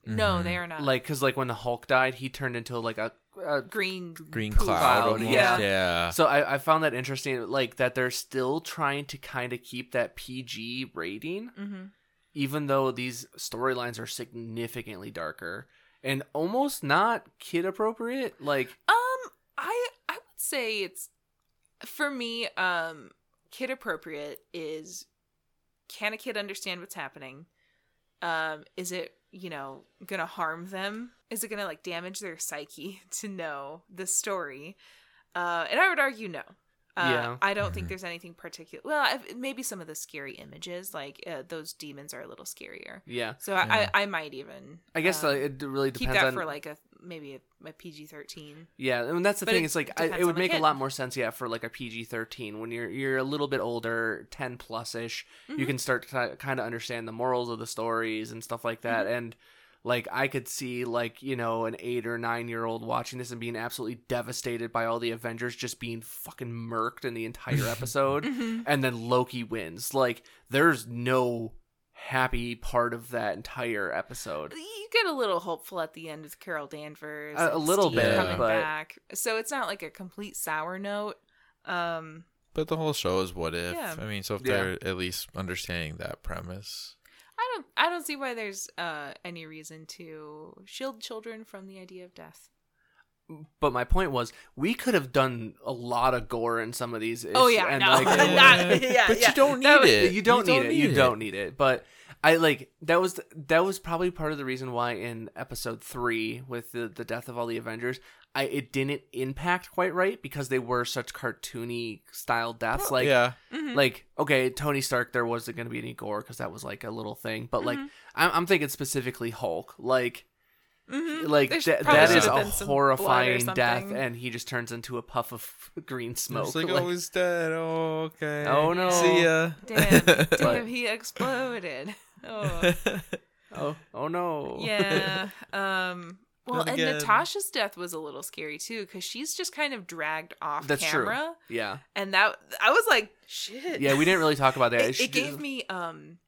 S3: no,
S2: Mhm.
S3: they are not.
S1: mm-hmm. Like because like when the Hulk died, he turned into like a. a
S3: green.
S2: Green
S1: Poop
S2: cloud,
S1: cloud,
S2: almost.
S3: yeah.
S2: yeah.
S1: so I, I found that interesting, like that they're still trying to kind of keep that PG rating,
S3: hmm
S1: even though these storylines are significantly darker and almost not kid appropriate. Like,
S3: Um, I I would say it's for me. Um, kid appropriate is can a kid understand what's happening? Um, is it you know gonna harm them? Is it gonna like damage their psyche to know the story? Uh, and I would argue no. Uh,
S1: Yeah.
S3: I don't think
S2: Mhm.
S3: there's anything particular. Well, I've, maybe some of the scary images, like uh, those demons, are a little scarier.
S1: yeah,
S3: So
S2: Yeah.
S3: I, I, I might even.
S1: I guess
S3: um,
S1: like, it really
S3: keep
S1: depends
S3: that
S1: on
S3: for like a maybe a, a PG thirteen.
S1: Yeah, and that's the
S3: But
S1: thing.
S3: it
S1: It's like I,
S3: depends
S1: it
S3: on
S1: would
S3: the
S1: make a
S3: kid.
S1: lot more sense, yeah, for like a PG thirteen when you're you're a little bit older, ten plus ish. You
S3: Mhm.
S1: can start to kind of understand the morals of the stories and stuff like
S3: Mm-hmm.
S1: that. And like I could see like you know an eight or nine year old watching this and being absolutely devastated by all the Avengers just being fucking murked in the entire episode, and then Loki wins. Like there's no happy part of that entire episode.
S3: You get a little hopeful at the end with Carol Danvers,
S1: A- a
S3: and
S1: little
S3: Steve
S2: bit,
S3: coming
S1: but-
S3: back. So it's not like a complete sour note. Um,
S2: But the whole show is what if.
S3: Yeah.
S2: I mean, so if
S1: Yeah.
S2: they're at least understanding that premise,
S3: I don't, I don't see why there's uh any reason to shield children from the idea of death.
S1: But my point was, we could have done a lot of gore in some of these.
S3: oh
S1: issues,
S3: yeah,
S1: and,
S3: no,
S1: like,
S2: Yeah.
S1: it-
S3: Not- yeah,
S2: but
S3: yeah.
S2: you don't need
S3: That was-
S2: it.
S1: you don't need it. You don't need it. But I like that was that was probably part of the reason why in episode three with the the death of all the Avengers, I it didn't impact quite right because they were such cartoony style deaths. Like
S2: yeah,
S3: Mhm.
S1: like okay, Tony Stark, there wasn't going to be any gore because that was like a little thing. But like
S3: Mhm.
S1: I'm, I'm thinking specifically Hulk. Like
S3: Mhm.
S1: like
S3: There's
S1: that-
S3: probably
S1: that
S3: should
S1: is
S3: have
S1: a
S3: been some blood or
S1: horrifying death,
S3: something.
S1: and he just turns into a puff of green smoke.
S2: It's like,
S1: Like,
S2: oh, he's dead. Oh, okay.
S1: Oh, no.
S2: See ya.
S3: Damn,
S1: But-
S3: damn, he exploded. Oh.
S1: oh, oh no.
S3: Yeah. Um. Well,
S2: Not
S3: and
S2: again.
S3: Natasha's death was a little scary too, because she's just kind of dragged off
S1: That's true.
S3: camera,
S1: Yeah.
S3: and that I was like, shit.
S1: Yeah, we didn't really talk about that.
S3: It,
S1: She
S3: it gave
S1: did-
S3: me um,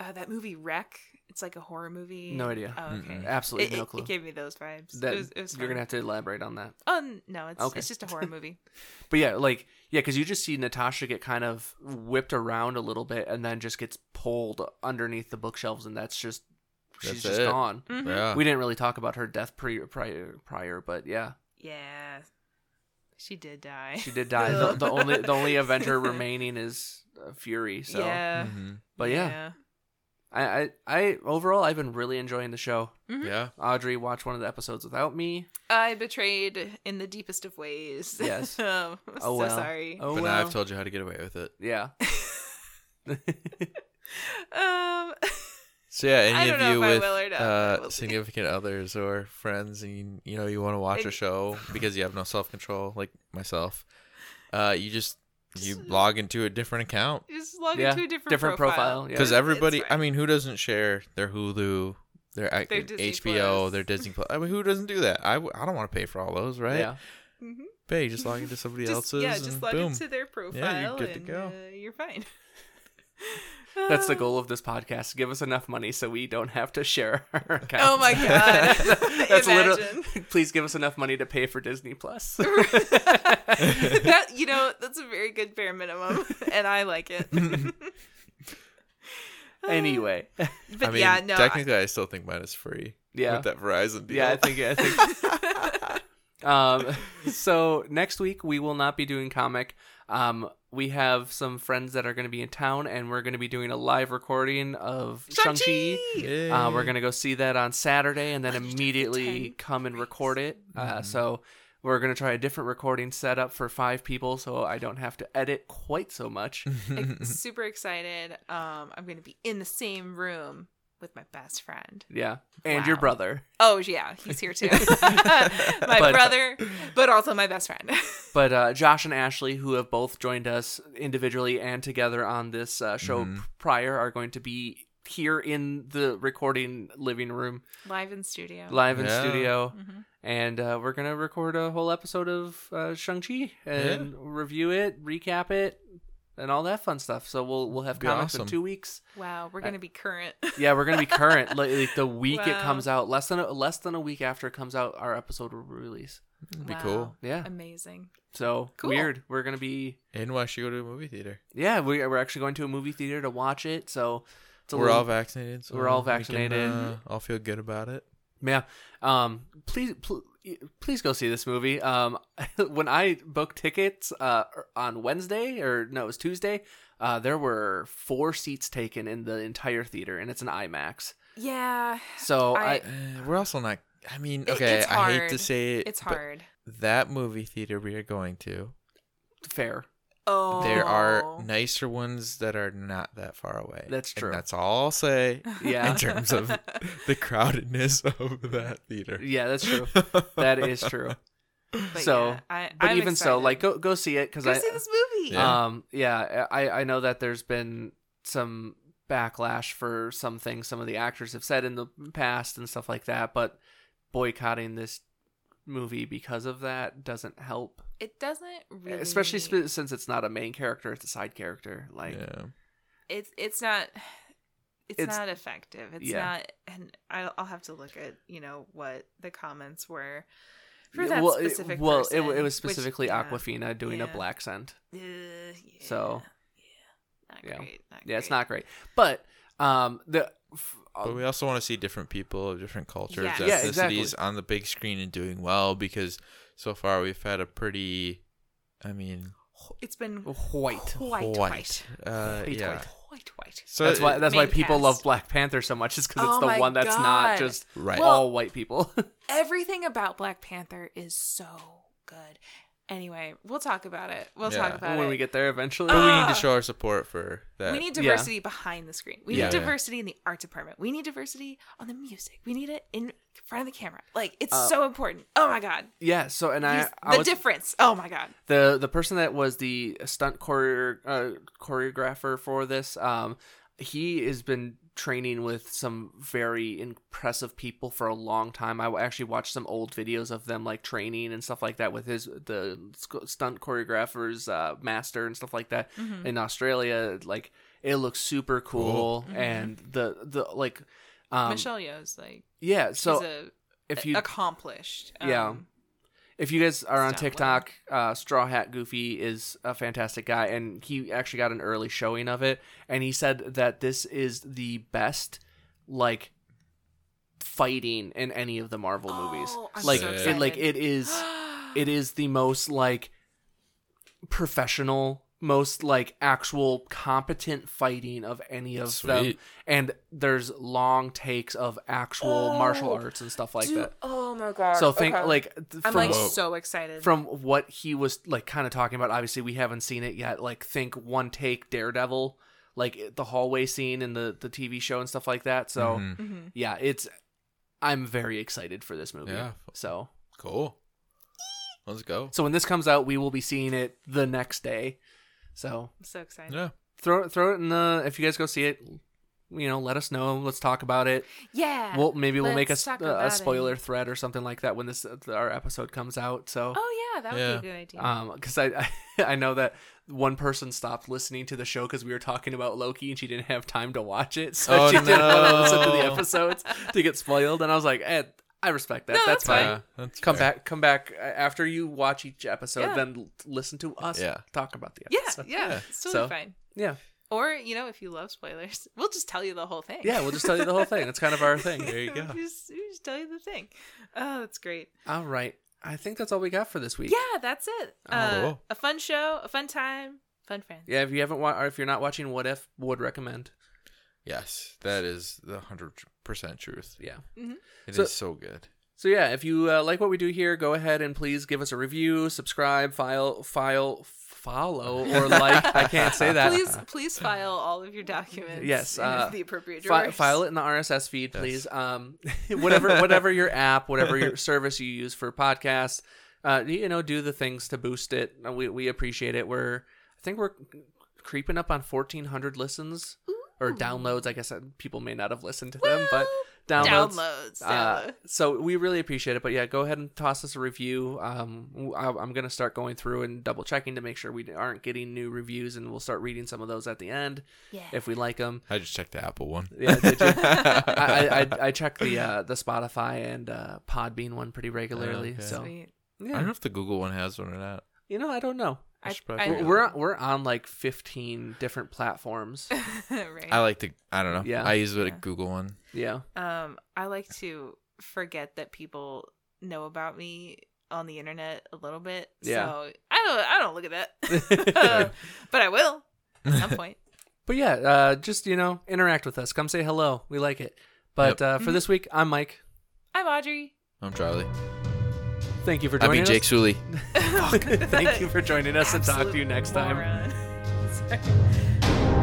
S3: uh, that movie Wreck. It's like a horror movie.
S1: No idea.
S3: Oh, okay.
S2: Mm-mm.
S1: absolutely
S3: It-
S1: no
S3: it-
S1: clue.
S3: It, gave me those vibes.
S1: that
S3: it was, it was
S1: you're
S3: fun.
S1: gonna have to elaborate on that.
S3: Oh n- no, it's
S1: Okay.
S3: it's just a horror movie.
S1: But yeah, like yeah, because you just see Natasha get kind of whipped around a little bit and then just gets pulled underneath the bookshelves, and that's just she's
S2: That's
S1: just
S2: it.
S1: gone.
S3: Mhm.
S2: Yeah.
S1: We didn't really talk about her death pre- prior, prior, but yeah,
S3: Yeah, she did die.
S1: she did die. the, the only the only Avenger remaining is uh, Fury. So, mm-hmm.
S3: yeah. Mm-hmm.
S2: Mhm.
S1: but yeah, I, I I overall I've been really enjoying the show.
S3: Mhm.
S2: Yeah.
S1: Audrey watched one of the episodes without me.
S3: I betrayed in the deepest of ways.
S1: Yes.
S3: um, I'm
S1: Oh
S3: so
S1: well.
S3: sorry.
S1: Oh
S2: but now
S1: well.
S2: I've told you how to get away with it.
S1: yeah.
S3: Um,
S2: So yeah, any
S3: I
S2: of
S3: don't know
S2: you
S3: if I
S2: with
S3: will or not, but I
S2: uh,
S3: will be.
S2: significant others or friends, and you, you know you want to watch a
S3: Ex-
S2: show because you have no self control, like myself, uh, you just you log into a different account
S3: just log
S1: Yeah,
S3: into a different,
S1: different profile, yeah.
S2: because
S3: It's-
S2: everybody.
S3: it's
S2: I
S3: fine.
S2: mean, who doesn't share their Hulu, their, ac-
S3: Their Disney
S2: HBO,
S3: Plus.
S2: their Disney Plus? I mean, who doesn't do that? I, w- I don't want to pay for all those, right?
S1: Yeah.
S3: Mhm.
S2: Pay, just log into somebody
S3: Just-
S2: else's.
S3: yeah, just
S2: and
S3: log
S2: boom.
S3: into their profile.
S2: good to
S3: and,
S2: go.
S3: Uh, you're fine. Um,
S1: That's
S3: Uh.
S1: the goal of this podcast. Give us enough money so we don't have to share our account.
S3: Oh my god!
S1: That's
S3: Imagine
S1: literally. Please give us enough money to pay for Disney Plus.
S3: that. You know, that's a very good bare minimum, and I like it.
S1: anyway,
S3: but
S2: I mean,
S3: yeah, no. I-
S2: technically, I, still think mine is free.
S1: Yeah.
S2: with that Verizon deal.
S1: yeah, I think. I think. um, so next week we will not be doing comic. Um, we have some friends that are going to be in town, and we're going to be doing a live recording of Shang Chi.
S3: Shang-Chi!
S1: Uh, we're gonna go see that on Saturday and then
S3: Lunch different
S1: immediately
S3: time.
S1: come and record it.
S3: Mm-hmm.
S1: Uh, so we're gonna try a different recording setup for five people, so I don't have to edit quite so much.
S3: Mm-hmm. Ex- super excited. Um, I'm gonna be in the same room with my best friend.
S1: Yeah, and your
S3: Wow.
S1: brother.
S3: Oh yeah, he's here too. my
S1: But- uh,
S3: brother, but also my best friend.
S1: But uh, Josh and Ashley, who have both joined us individually and together on this uh, show
S2: Mhm.
S1: p- prior, are going to be here in the recording living room,
S3: Live in studio.
S1: live in
S2: Yeah.
S1: studio.
S3: Mhm.
S1: and uh, we're gonna record a whole episode of uh, Shang Chi and review it, recap it, and all that fun stuff. So we'll we'll have
S2: Be
S1: comics in
S2: awesome.
S1: two weeks.
S3: Wow, we're gonna be current.
S1: Uh, Yeah, we're gonna be current like, like the week it
S3: Wow.
S1: comes out. Less than a, less than a week after it comes out, our episode will release.
S2: It'd be
S3: Wow.
S2: cool.
S1: Yeah,
S3: Amazing.
S1: so
S3: Cool.
S1: weird. We're gonna be
S2: And why should you go to a movie theater?
S1: yeah. We, we're actually going to a movie theater to watch it. So it's a
S2: we're
S1: little,
S2: all vaccinated. So
S1: we're all
S2: we can,
S1: vaccinated.
S2: uh, I'll feel good about it.
S1: Yeah. Um. Please, pl- please go see this movie. Um. When I booked tickets, uh, on Wednesday or no, it was Tuesday. Uh, there were four seats taken in the entire theater, and it's an IMAX.
S3: Yeah,
S1: So I,
S3: I-
S2: Uh, we're also not. I mean,
S3: It-
S2: okay,
S3: it's
S2: I hate to
S3: hard.
S2: say it.
S3: it's
S2: but
S3: hard.
S2: That movie theater we are going to,
S1: fair.
S3: Oh,
S2: there are nicer ones that are not that far away.
S1: That's
S2: And
S1: true.
S2: that's all I'll say
S1: Yeah.
S2: in terms of the crowdedness of that theater.
S1: Yeah, that's true. that is true.
S3: But
S1: so,
S3: yeah, I,
S1: But
S3: I'm
S1: even so,
S3: excited.
S1: like go go see it because
S3: go
S1: I
S3: see this movie.
S2: Yeah.
S1: um yeah I I know that there's been some backlash for some things some of the actors have said in the past and stuff like that, but boycotting this movie because of that doesn't help
S3: It doesn't really,
S1: especially sp- since it's not a main character it's a side character like
S2: yeah.
S3: it's it's not it's,
S1: It's-
S3: not effective it's
S1: yeah.
S3: not and I'll, I'll have to look at you know what the comments were for
S1: Yeah,
S3: that
S1: well, it-
S3: specific
S1: well it,
S3: person,
S1: it was
S3: which-
S1: specifically
S3: yeah.
S1: aquafina doing
S3: yeah.
S1: a black scent
S3: Ugh, Uh, yeah,
S1: So,
S3: yeah not
S1: yeah.
S3: great not
S1: yeah it's
S3: great.
S1: not great but um the f- uh,
S2: But we also want to see different people of different cultures,
S3: Yeah.
S2: ethnicities
S1: um, Yeah, exactly.
S2: on the big screen and doing well because so far we've had a pretty, I mean,
S3: it's been
S1: Oh
S3: white
S1: white
S3: white
S2: white.
S3: white
S2: Uh,
S1: White,
S2: yeah.
S1: white.
S3: white, white.
S2: So
S1: that's why
S2: it-
S1: that's why
S3: Main
S1: people
S3: cast.
S1: love black panther so much is because
S3: Oh
S1: it's the
S3: my
S1: one that's not
S3: God.
S1: just
S2: right.
S3: Well-
S1: all white people
S3: everything about black panther is so good anyway we'll talk about it we'll
S2: Yeah.
S3: talk about
S1: when
S3: it
S1: we get there eventually.
S2: but we need
S3: Ah!
S2: to show our support for that.
S3: We need
S1: Yeah.
S3: diversity behind the screen. We
S2: Yeah.
S3: need diversity in the art department. We need diversity on the music. We need it in front of the camera. Like it's
S1: Uh,
S3: so important. Oh my god.
S1: yeah, so and I,
S3: These-
S1: I
S3: the
S1: was,
S3: difference. Oh my god.
S1: the the person that was the stunt choreo- uh, choreographer for this, um, he has been training with some very impressive people for a long time. I actually watched some old videos of them like training and stuff like that with his the sc- stunt choreographer's uh, master and stuff like that
S3: Mm-hmm.
S1: in Australia. Like it looks super cool,
S3: Mhm.
S1: and the the like. Um,
S3: Michelle Yeoh's like
S1: yeah, so
S3: she's
S1: if
S3: a,
S1: you
S3: accomplished. um,
S1: Yeah. If you guys are on
S3: Stunt
S1: TikTok, uh, Straw Hat Goofy is a fantastic guy, and he actually got an early showing of it, and he said that this is the best, like, fighting in any of the Marvel movies.
S3: Oh, I'm
S1: like,
S2: so
S1: it, like it is, it is the most like professional, most like actual competent fighting of any of them,
S2: Sweet.
S1: and there's long takes of actual martial
S3: Oh,
S1: arts and stuff like
S3: Do-
S1: that.
S3: Oh my god.
S1: So think
S3: Okay.
S1: like th-
S3: I'm
S1: from-
S3: like
S2: Whoa.
S3: so excited.
S1: from what he was like kind of talking about obviously we haven't seen it yet like think one take daredevil like it- the hallway scene in the the tv show and stuff like that so
S2: Mhm.
S3: Mhm.
S1: yeah it's i'm very excited for this movie
S2: Yeah.
S1: so
S2: Cool. Let's go.
S1: so when this comes out we will be seeing it the next day so
S3: I'm so excited. Yeah.
S2: Yeah.
S1: throw it throw it in the if you guys go see it you know let us know let's talk about it we'll maybe we'll make a,
S3: let's
S1: s-
S3: talk
S1: a,
S3: about it.
S1: spoiler thread or something like that when this our episode comes out so
S3: Oh yeah, that would
S2: Yeah.
S3: be a good idea.
S1: Um, because I, I I know that one person stopped listening to the show because we were talking about Loki and she didn't have time to watch it, so
S2: Oh,
S1: she didn't want to listen to the
S2: no.
S1: episodes to get spoiled. And I was like, eh, I respect that.
S3: No,
S1: that's,
S3: that's
S1: fine.
S2: Yeah, Uh, that's
S1: Come
S2: fair.
S1: back, come back uh, after you watch each episode,
S3: Yeah.
S1: then l- listen to us
S2: Yeah.
S1: talk about the
S3: yeah,
S1: episode.
S3: yeah,
S2: yeah.
S3: It's totally
S1: So-
S3: fine.
S1: yeah,
S3: Or, you know, if you love spoilers, we'll just tell you the whole thing.
S1: yeah. We'll just tell you the whole thing. That's kind of our thing.
S2: There you go.
S3: we just, we just tell you the thing. Oh, that's great.
S1: All right, I think that's all we got for this week.
S3: Yeah, that's it. Uh,
S2: cool.
S3: A fun show, a fun time, fun friends.
S1: Yeah, if you haven't wa- or if you're not watching What If, would recommend.
S2: Yes, that is the hundred percent truth.
S1: Yeah.
S2: It is
S1: So-
S2: so, good.
S1: So yeah, if you uh, like what we do here, go ahead and please give us a review, subscribe, file, file, follow, or like. I can't say that.
S3: Please, please file all of your documents.
S1: Yes,
S3: in
S1: uh,
S3: the appropriate
S1: Fi-
S3: drawers.
S1: file it in the RSS feed,
S2: Yes.
S1: please. Um, whatever, whatever your app, whatever your service you use for podcasts, uh, you know, do the things to boost it. Uh, We we appreciate it. We're I think we're creeping up on fourteen hundred listens or downloads. I guess uh, people may not have listened to them, but downloads.
S3: Downloads.
S1: Uh,
S3: download.
S1: so we really appreciate it. But yeah, go ahead and toss us a review. Um, w- I- I'm going to start going through and double checking to make sure we aren't getting new reviews, and we'll start reading some of those at the end
S3: yeah.
S1: if we like them.
S2: I just checked the Apple one.
S1: Yeah, did you? I, I, I- I check the uh, the Spotify and uh, Podbean one pretty regularly.
S2: Okay.
S1: So
S3: Sweet.
S2: I don't
S1: yeah,
S2: know if the Google one has one or not.
S1: you know, I don't know.
S2: I
S3: I-
S2: should probably
S3: I-
S2: figure
S1: We're
S2: it out.
S1: we're- we're on like 15 different platforms.
S3: right.
S2: I like the. I don't know.
S1: Yeah.
S2: I use the
S3: Yeah.
S2: Google one.
S1: Yeah,
S3: um, I like to forget that people know about me on the internet a little bit.
S1: Yeah.
S3: So I don't. I don't look at that, Uh, but I will at some point.
S1: but yeah, uh, just you know, interact with us. Come say hello. We like it. But uh,
S3: Mm-hmm.
S1: for this week, I'm Mike.
S3: I'm Audrey.
S2: I'm Charlie.
S1: Thank you for
S2: I
S1: joining
S2: mean Jake
S1: us.
S2: Sully.
S1: Thank you for joining us, and talk to you
S3: Absolute
S1: next time.
S3: moron. Sorry.